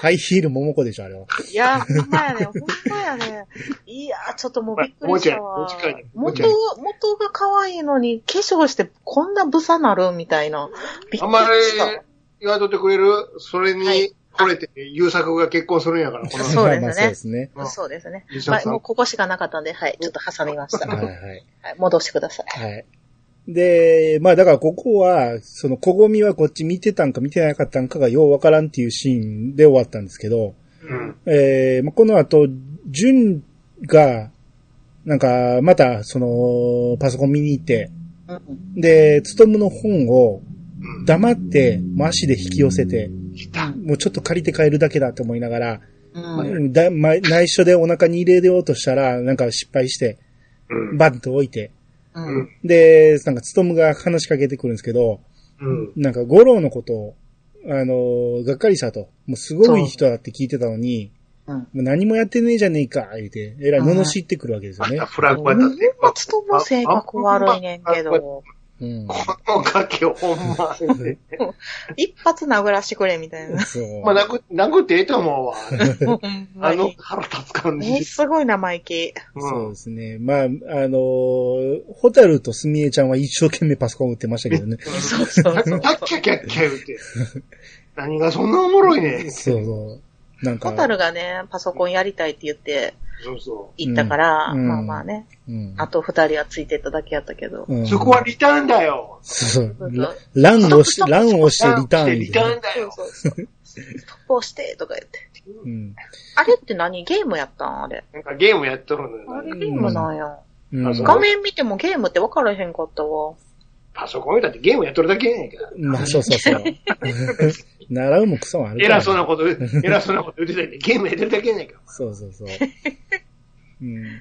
ハイヒール桃子でしょ、あれは。いや、ほんまやね、ほんまやね。いや、ちょっともうびっくりしたもうわちょいもうちょい。もうち元ょいが、元が可愛いのに、化粧してこんなブサなるみたいな。びっあんまりくりしたわ。言わんとってくれるそれはにい惚れて優作が結婚するんやから、このそうですねまあまあそうですね。そうですねまりリ。シャまーあ、さんもうここしかなかったんで、はい、ちょっと挟みました。はいははい。い、戻してください。はい。で、まあだからここは、その小ゴミはこっち見てたんか見てなかったんかがようわからんっていうシーンで終わったんですけど、うん。えーまあ、この後、ジュンが、なんか、また、その、パソコン見に行って、うんで、つとむの本をうん黙って、もう足で引き寄せて、来た。もうちょっと借りて帰るだけだと思いながら、うん。だま内緒でお腹に入れようとしたら、なんか失敗して、うん。バッと置いて、うん。で、なんかつとむが話しかけてくるんですけど、うん。なんか、五郎のことを、あのーがっかりしたと。もうすごい人だって聞いてたのに、うんもう何もやってねえじゃねえか、言うて、えらい罵ってくるわけですよまねた。フラグはだって。まあ、つとも性格悪いねんけああど、うん。このガキをほんま。一発殴らしてくれみたいな。そう。まあ、なく、なくてええと思うわ。ほんまあのに。腹立つ感え、じ。すごい生意気。そううですね。まあ、あのーホタルとスミエちゃんは一生懸命パソコン打ってましたけどね。そうそうそう。キャッキャキャッキャ言うて。何がそんなおもろいねん。そうそう。なんか、ホタルがね、パソコンやりたいって言ってそうそ行ったから、うんまあまあね、うん。あと二人はついてっただけやったけど。うんう。そこはリターンだよ。そうそそうう。ラランをし、そうランをしてリターンしてみリたタいーなンだよ。そうそうそう。ストップ押してとか言って。うん。あれって何ゲームやったんあれ。なんかゲームやっとるのあよ。れゲームなんや。うん。あそう画面見てもゲームって分からへんかったわ。パソコンだってゲームやっとるだけやねんから。まあ、そうそうそう。習うもクソもあるから。偉そうなこと、偉そうなこと言ってたけど、ゲームやってるだけやねんか。そうそうそう。うん、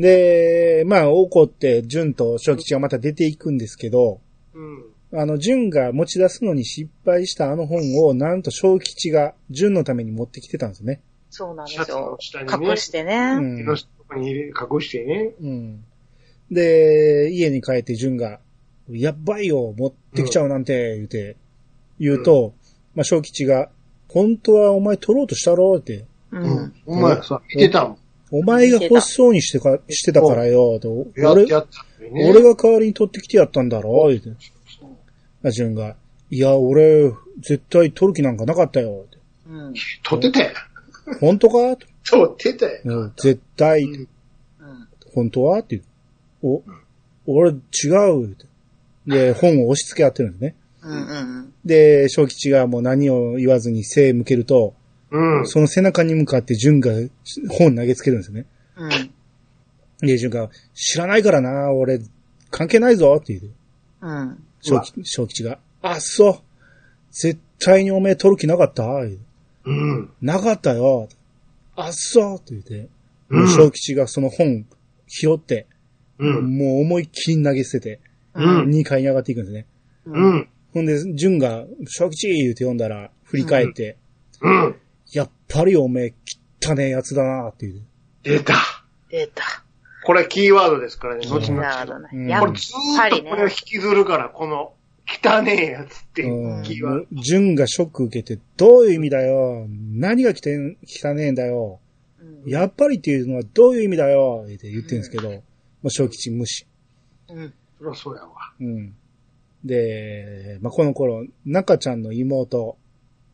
で、まあ、怒って、純と小吉はまた出ていくんですけど、うん。あの、純が持ち出すのに失敗したあの本を、なんと小吉が純のために持ってきてたんですね。そうなんでシャすツのよ。下にね。隠してうね。んの。とこに隠してね。うん、で、家に帰って純が、やっばいよ、持ってきちゃうなんて、言うて、言うと、まあ、小吉が、本当はお前取ろうとしたろうって、うん。。お前さ、見てたもん。お前が欲しそうにしてか、してたからよ、と、やってやったのにね。俺が代わりに取ってきてやったんだろ言うて。あ、ジュンが、いや、俺、絶対取る気なんかなかったよ。ってうん。撮ってたよ。本当かと撮ってたよ。うん絶対、うんうん。本当はって言う。お、俺、違う。ってで、本を押し付け合ってるんですね。うんうん。で、小吉がもう何を言わずに背向けると、うん。その背中に向かってジュンが本投げつけるんですよね。うん。で、ジュンが、知らないからな、俺、関係ないぞって言う。うん。小吉小吉が、あ、そう。絶対におめえ取る気なかった言ううん。なかったよ。あっそうって言って、うん小吉がその本拾って、うん。もう思いっきり投げ捨てて、うん。 2階に上がっていくんですね。うん。ほんで、純が、小吉言うて読んだら、振り返って、うん。やっぱりおめえ、汚ねえやつだなっていう。出た。出た。これキーワードですからね、後々。なるほどね。うんやこっれずーっとこれを引きずるから、この、汚ねえやつっていうキーワード。うん純がショック受けて、どういう意味だよ何が汚ね汚ねえんだようんやっぱりっていうのはどういう意味だよって言ってるんですけど、もう小吉無視。うん。そりゃそうやわ。うん。で、まあ、この頃、中ちゃんの妹、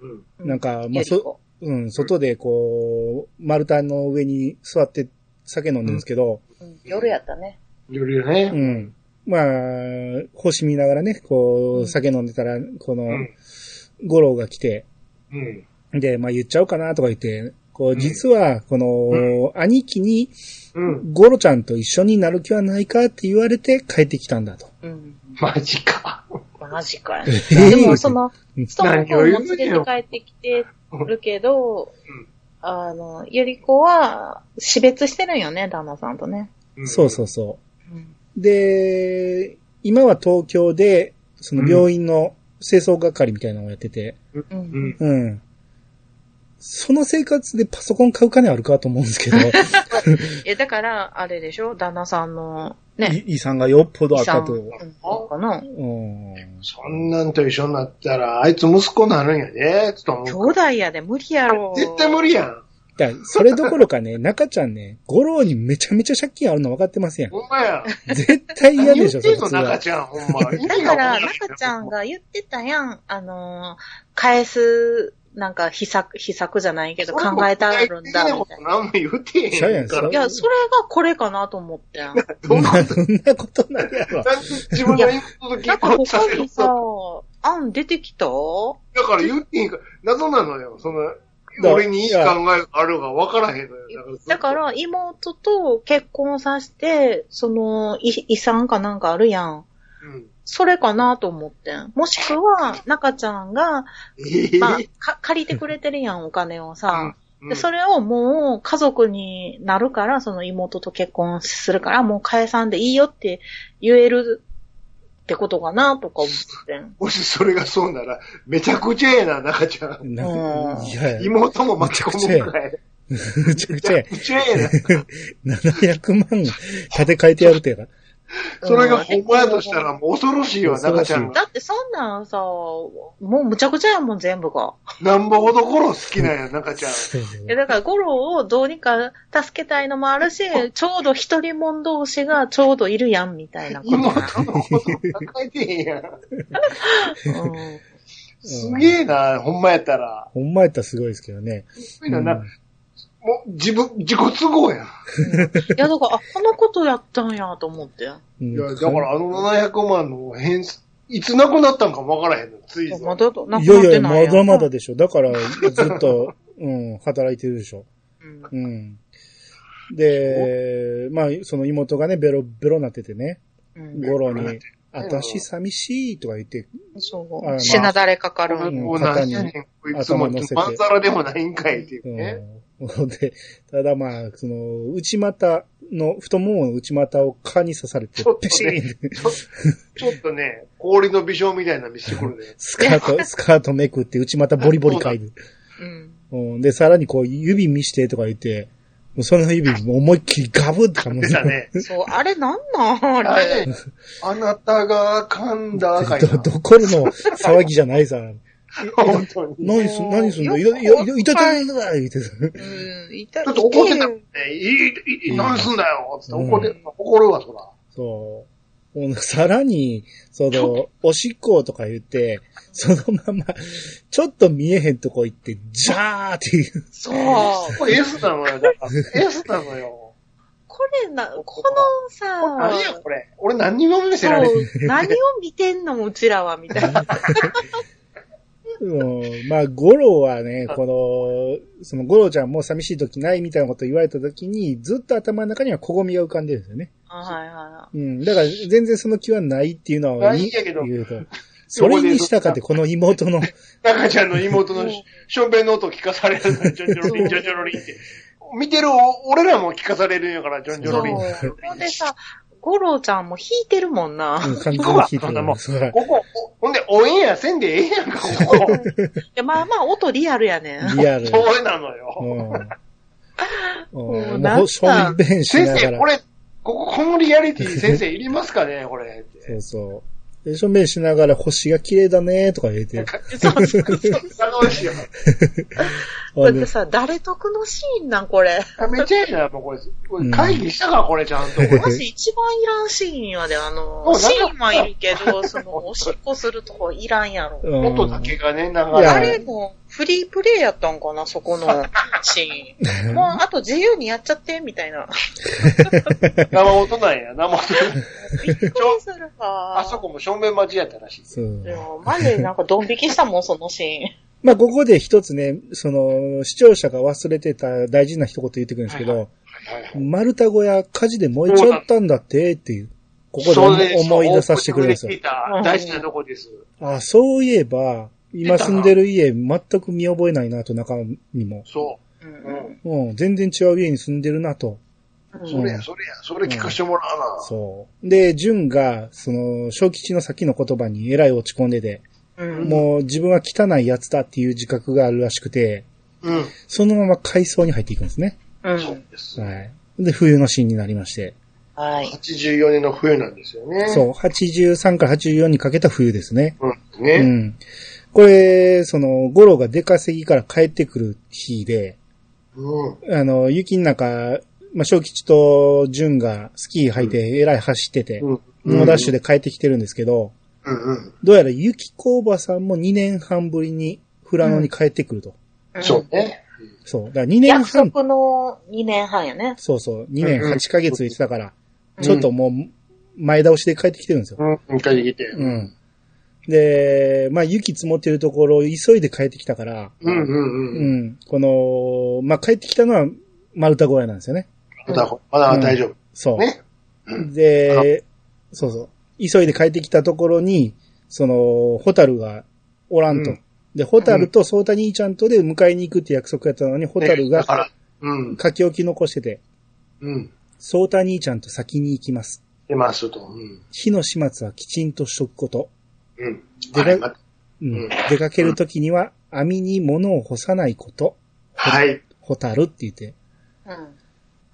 うん。うんなんか、まゆあ、りそ、こ。うん、外でこう、丸太の上に座って酒飲んでるんですけど、うん夜やったね。夜々うね。ん。まあ、星見ながらね、こう、酒飲んでたら、このう、ん。五郎が来て、うん。で、まあ言っちゃおうかなとか言って、こうう、ん実は、この、兄貴に、うん。ゴロちゃんと一緒になる気はないかって言われて帰ってきたんだと。うん。マジか。マジかよ。えでも、そのうん、ストーンコーンも連れて帰ってきてるけどうん、。あの、ゆり子は、死別してるんよね、旦那さんとね。そうそううそうん。う。で、今は東京で、その病院の清掃係みたいなのをやってて、う。うんん。うん。その生活でパソコン買う金あるかと思うん *laughs* ですけど、え、だから、あれでしょ旦那さんの、ね、い遺産がよっぽどあ遺った産と。うんかなうん。そんなんと一緒になったら、あいつ息子になるんやね、つと兄思う。弟やで無理やろ。絶対無理やん。だからそれどころかね、中ちゃんね、五郎にめちゃめちゃ借金あるの分かってますやん。ほんまや。絶対嫌何言でっしょ、てんその、いつは中ちゃん、ほんま。意だ味かがら、わん中ちゃんが言ってたやん。あのー、返す、なんか、秘策、秘策じゃないけど、考えてあるんだ、そんなみこたいとな。何も言うてへんそうやんかそらうい。や、それがこれ *laughs* かなと思って。そどんんなな、そんなことないやろ。自分の言うことな聞んかこうとさ他せにる。さだ、案出てきたいから言ってへんから、謎なのよ。そのだ、俺にいい考えがあるが分からへんのよ。だか、ら、妹と結婚させて、その、い遺産かなんかあるやん。うん。それかなと思ってん。もしくは、中ちゃんが、ええまあ、か借りてくれてるやん、お金をさ。 *laughs* うんで、それをもう家族になるから、その妹と結婚するから、もう返さんでいいよって言えるってことかな、とか思ってん。もしそれがそうなら、めちゃくちゃええな、中ちゃん。なうんいや、妹も巻き込むぐらい。むちゃくちゃやめ。ちゃくちゃええな。 700万立て替えてやるとやから。それがほんまやとしたら、もう恐ろしいわ、恐ろ中しいちゃんが。だってそんなんさ、もうむちゃくちゃやもん、全部が。なんぼほど頃好きなんや、中ち *laughs* ゃん。そうそうえ、だからゴロをどうにか助けたいのもあるし、ちょうど一人者同士がちょうどいるやん、みたいなことな妹のこと抱えてへんやん。の。うんすげえな、ほんまやったら。ほんまやったらすごいですけどね。すごいな、な、もう自分、自己都合やん。いや、だから、あ、このことやったんや、と思って。うんいや、だからあの700万の返済、いつなくなったんかもわからへんの、ついぞ。まだと、なんいかやなっていやいや、なまいやんだまだでしょ。だから、ずっと、 *laughs* うん、働いてるでしょ。うんうん。で、まあ、その妹がね、ベロベロなっててね、うんゴロに、私寂しいとか言って、そあまあう。死なだれかかる。んもう何やねん、こいつも、まんざらでもないんかいっていうね。うん。で、ただまあ、その、内股の、太ももの内股を蚊に刺されて、ちょっとペシーンってちょっとね、氷の微笑みたいなの見せてくるね。スカート、スカートめくって、内股ボリボリかいる。うん。うん。で、さらにこう、指見してとか言って、もうその指もう思いっきりガブって噛むんで出すよたね。そう、あれなんなんああれ。れあなたが噛んだかいど、な。どころの騒ぎじゃないさ。 *laughs* 本当に。何すん、何すんのいや、いや、いや、いたたいだ言ってさ。うん、痛い。ちょっと怒ってた痛いよえ、いい、いい、何すんだよつって怒る、怒るわ、そら。そううん。さらに、そ *laughs* の、おしっことか言って、そのまま、ちょっと見えへんとこ行って、ジャーっていう。そう。これ S なのよ、だから。S なのよ。これな、この何や、さ、これ。俺何にも見せそられへん。う、何を見てんのうちらは、みた *laughs* いな。うん、まあ、ゴロはね、この、そのゴロちゃんもう寂しい時ないみたいなこと言われた時に、ずっと頭の中には小ゴミが浮かんでるんですよね。あはいはいはうん。だから、全然その気はないっていうのは、ないんやけど言うと。それにしたかって、この妹の、中ちゃんの妹のしションベンの音聞かされるの、ジョンジョロリン、ジョンジョロリンって。見てる俺らも聞かされるんやから、ジョンい。ジョそロう。リン。ほんでさ、ゴロちゃんも引いてるもんな。うん完全に聞いて行くわる。そうだここ、ほほんで、オンエアせんでええやんか、ここ。でまあまあ、音リアルやねん。リアル。それなのよ。うん。もう。うんなんもかう、しょんべんし先なが生、らこ。れ、ここ、このリアリティ先生いりますかね、これ。そうそう。で、しょんべんしながら、星が綺麗だねとか言って。そうそうそう。楽しいよ。だあってでさ、誰得のシーンなん、こ *laughs* れ。めっちゃええな、もうこれ。こうんれ会議したか、これ、ちゃんと。マジ一番いらんシーンやで、あもの、うなんかシーンはいるけど、その、おしっこするとこいらんやろ。うん音だけがね、なんいやあか、れも、フリープレイやったんかな、そこのシーン。もう、あと自由にやっちゃって、みたいな。生音なんや、生音。びっくりするわ。あそこも正面待ちやったらしい。 *laughs* そうで。もマジでなんかドン引きしたもん、そのシまあ、ここで一つね、その、視聴者が忘れてた大事な一言言ってくるんですけど、はいはい丸太小屋火事で燃えちゃったんだって、っていう。ここそでれ思い出させてくれるんですよそうオープニングで聞い。た大事なとこです。あ、そういえば、今住んでる家全く見覚えないなと、中身も。そーン。う。うん。うん、全然違う家に住んでるなと。うんそれや、それや、それ聞かしてもらうな。そう。で、純が、その、小吉の先の言葉にえらい落ち込んでて、うん。もう自分は汚いやつだっていう自覚があるらしくて、うん。そのまま階層に入っていくんですね。うそう。です。はい。で、冬のシーンになりまして。はい。 84年の冬なんですよね。そう、83から84にかけた冬ですね。うん。うね。ん。これ、その、ゴロが出稼ぎから帰ってくる日で、うん。あの、雪の中、まあ、小吉と純がスキー履いて、えらい走ってて、うん。猛ダッシュで帰ってきてるんですけど、うんうん。どうやら雪子おばさんも2年半ぶりに富良野に帰ってくると。そうね。そう。だから2年約半、束の2年半やね。そうそう、2年8ヶ月言ってたから、うんちょっともう、前倒しで帰ってきてるんですよ。うん。うん。帰ってきて。うん。で、まあ、雪積もってるところを急いで帰ってきたから、うんううんうん。ん。この、まあ、帰ってきたのは丸太小屋なんですよね。まだ、まだ大丈夫。そう。ね *clears throat* で、そうそう。急いで帰ってきたところに、その、ホタルがおらんと。うんで、ホタルとソータ兄ちゃんとで迎えに行くって約束やったのに、ホタルねだかがら、うん。書き置き残してて、うん。ソータ兄ちゃんと先に行きます。出ますと。うん。火の始末はきちんとしとくこと。うん。ではいまうんうん出かけるときには、網に物を干さないこと。はい。ホタルって言って。うん。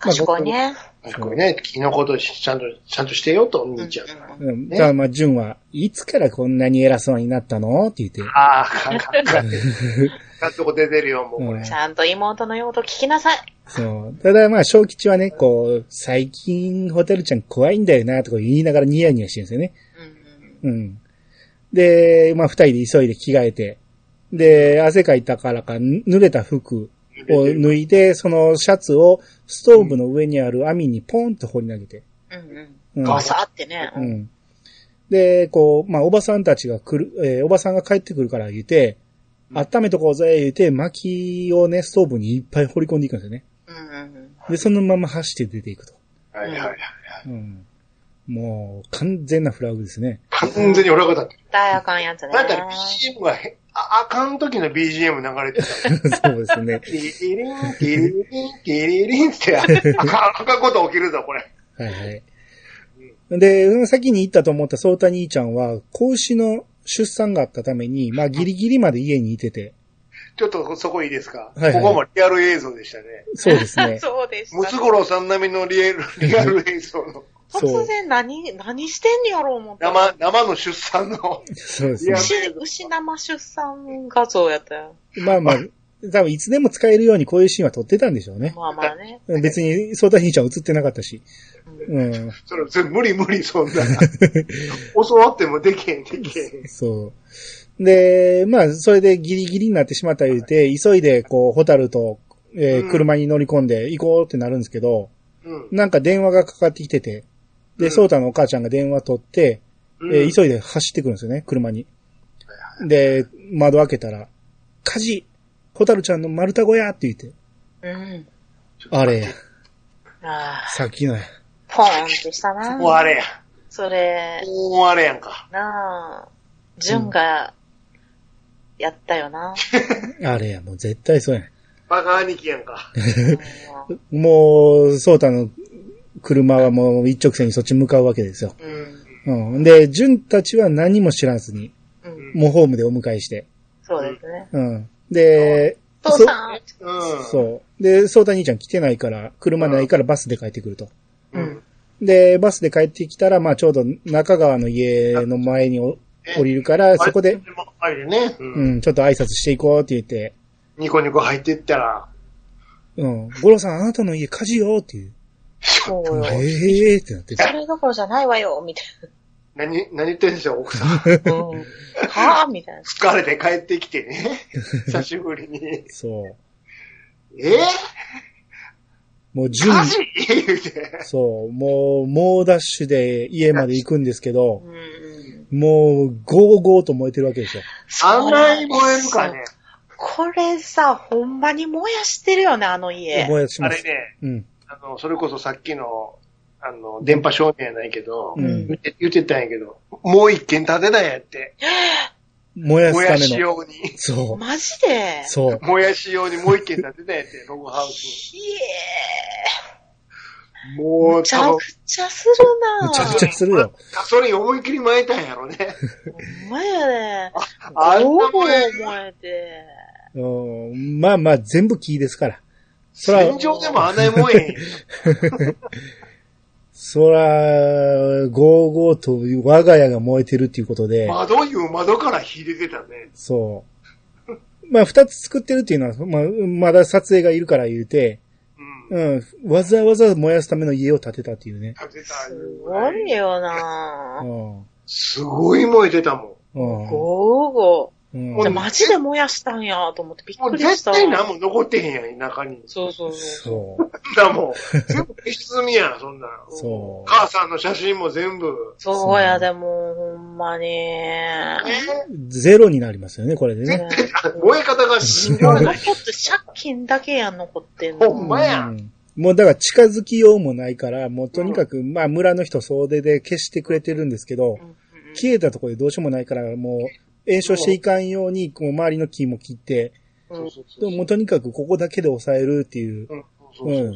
賢いね。これね、昨日ことしちゃんと、ちゃんとしてよと、お兄ちゃん。ううんねだからまあ、純は、いつからこんなに偉そうになったのって言って。ああ、かんかん *laughs* かん。かんとこ出てるよ、もうこうれんんちゃんと妹の言うこと聞きなさい。そう。ただまあ、小吉はね、こう、最近、ホタルちゃん怖いんだよな、とか言いながらニヤニヤしてるんですよね。うん。うん。で、まあ、二人で急いで着替えて、で、汗かいたからか、ぬ濡れた服を脱いで、そのシャツをストーブの上にある網にポンと放り投げて。うんうん。うん。ガサってね。ううんん。で、こう、まあ、おばさんたちが来る、えーおばさんが帰ってくるから言うて、うん温めとこうぜ、言うて、薪をね、ストーブにいっぱい掘り込んでいくんですよね。うん。で、そのまま走って出ていくと。はいはいはい。うん。もう、完全なフラグですね。 *laughs* 完全に俺がだって。だやかんやつね。なんか BGM がへ、あ、あかん時の BGM 流れてた。そうですね。ティリリン、ティリリン、ティリリ *laughs* ンって、ああかん、あかんこと起きるぞ、これ。はいはい。で、その先に行ったと思った相太兄ちゃんは、子牛の出産があったために、まあ、ギリギリまで家にいてて。ちょっとそこいいですか、はいはいここもリアル映像でしたね。そうですね。 *laughs* そうでしたムツゴロウさん並みのリ *laughs* アル、リアル映像の、そう突然何、何してんやろう思った。生、生の出産の、そうですねリアル。牛、牛生出産画像やったよ。まあまあ、多分いつでも使えるようにこういうシーンは撮ってたんでしょうね。まあまあね。別に、相太兄ちゃん映ってなかったし。うん。それ、それ無理無理、そん *laughs* な。教わってもできへん、できへん。そう。で、まあ、それでギリギリになってしまった言うて、急いで、こう、ホタルと、えーうん車に乗り込んで行こうってなるんですけど、うん。なんか電話がかかってきてて、うで、んソータのお母ちゃんが電話取って、えー急いで走ってくるんですよね、車に。で、窓開けたら、火事ホタルちゃんの丸太小屋って言って、うん。あれや、ああ、さっきのや。ポーンってしたな。もうあれや。それ、もうあれやんか。なあ、純が、やったよな。あれや、もう絶対そうやん。バカ兄貴やんか。うんもう、ソータの車はもう一直線にそっち向かうわけですよ。うん。うん。で、ジュンたちは何も知らずに、うん。もうホームでお迎えして。そうですね。うん。で、父さんうん。そう。で、ソータ兄ちゃん来てないから、車ないからバスで帰ってくると。うん。で、バスで帰ってきたら、まあちょうど中川の家の前にお降りるから、そこで、。あれね。う。うんん、ちょっと挨拶していこうって言って、ニコニコ入ってったら、うん、ゴロさんあなたの家火事よっていう。そうよ。ええーってなってそれどころじゃないわよ、みたい何、何言ってんでしょう、奥さん。うん。はぁみたいな。疲れて帰ってきてね。久しぶりに。そう。えもうー、準マ備ジ言うて。そう、もう、猛ダッシュで家まで行くんですけどう、ん。もう、ゴーゴーと燃えてるわけですよ。あんなに燃えるかね。これさ、ほんまに燃やしてるよね、あの家。燃やしあまれす。ね、うん。あの、それこそさっきの、あの、電波少年やないけど、うん言って言ってたんやけど、もう一軒建てたんやって。燃や燃やすたしめの。用に。そマジでう。そう。燃やし用にもう一軒建てたんやって、ログハウスひえに。もー。う、むちゃ多分くちゃするなむちゃくちゃするよ。ガソリン思いっきり燃えたんやろね。ほんまやね。あんなボーボー燃える燃えて。うん、まあまあ、全部木ですから。そら戦、場でもあんなに燃えへんよ。そら、ゴーゴーと我が家が燃えてるっていうことで、窓いう窓から火出てたね。そう。まあ、二つ作ってるっていうのは、まあ、まだ撮影がいるから言うて、うん。うん、わざわざ燃やすための家を建てたっていうね。建てたいすうごいよなう。ん。うん。すごい燃えてたもうゴーゴんー。でもマジで燃やしたんやと思ってびっん。もくうりし絶た。対何も残ってへんやん、中に。そうそうそう。そう。だもん。全部消し済みやん、そんなの。そう母さんの写真も全部。そうやでも、ほんまに。ゼロになりますよね、これでね。燃え方が信じられ残なっい。て借金だけやん、残ってんほの。んまやうんもうだから近づきようもないから、もうとにかく、まあ村の人総出で消してくれてるんですけどう、んうんうん消えたところでどうしようもないから、もう炎症していかんように、こう周りの木も切って、うんでももうとにかくここだけで抑えるっていう、うんそうそうそうそう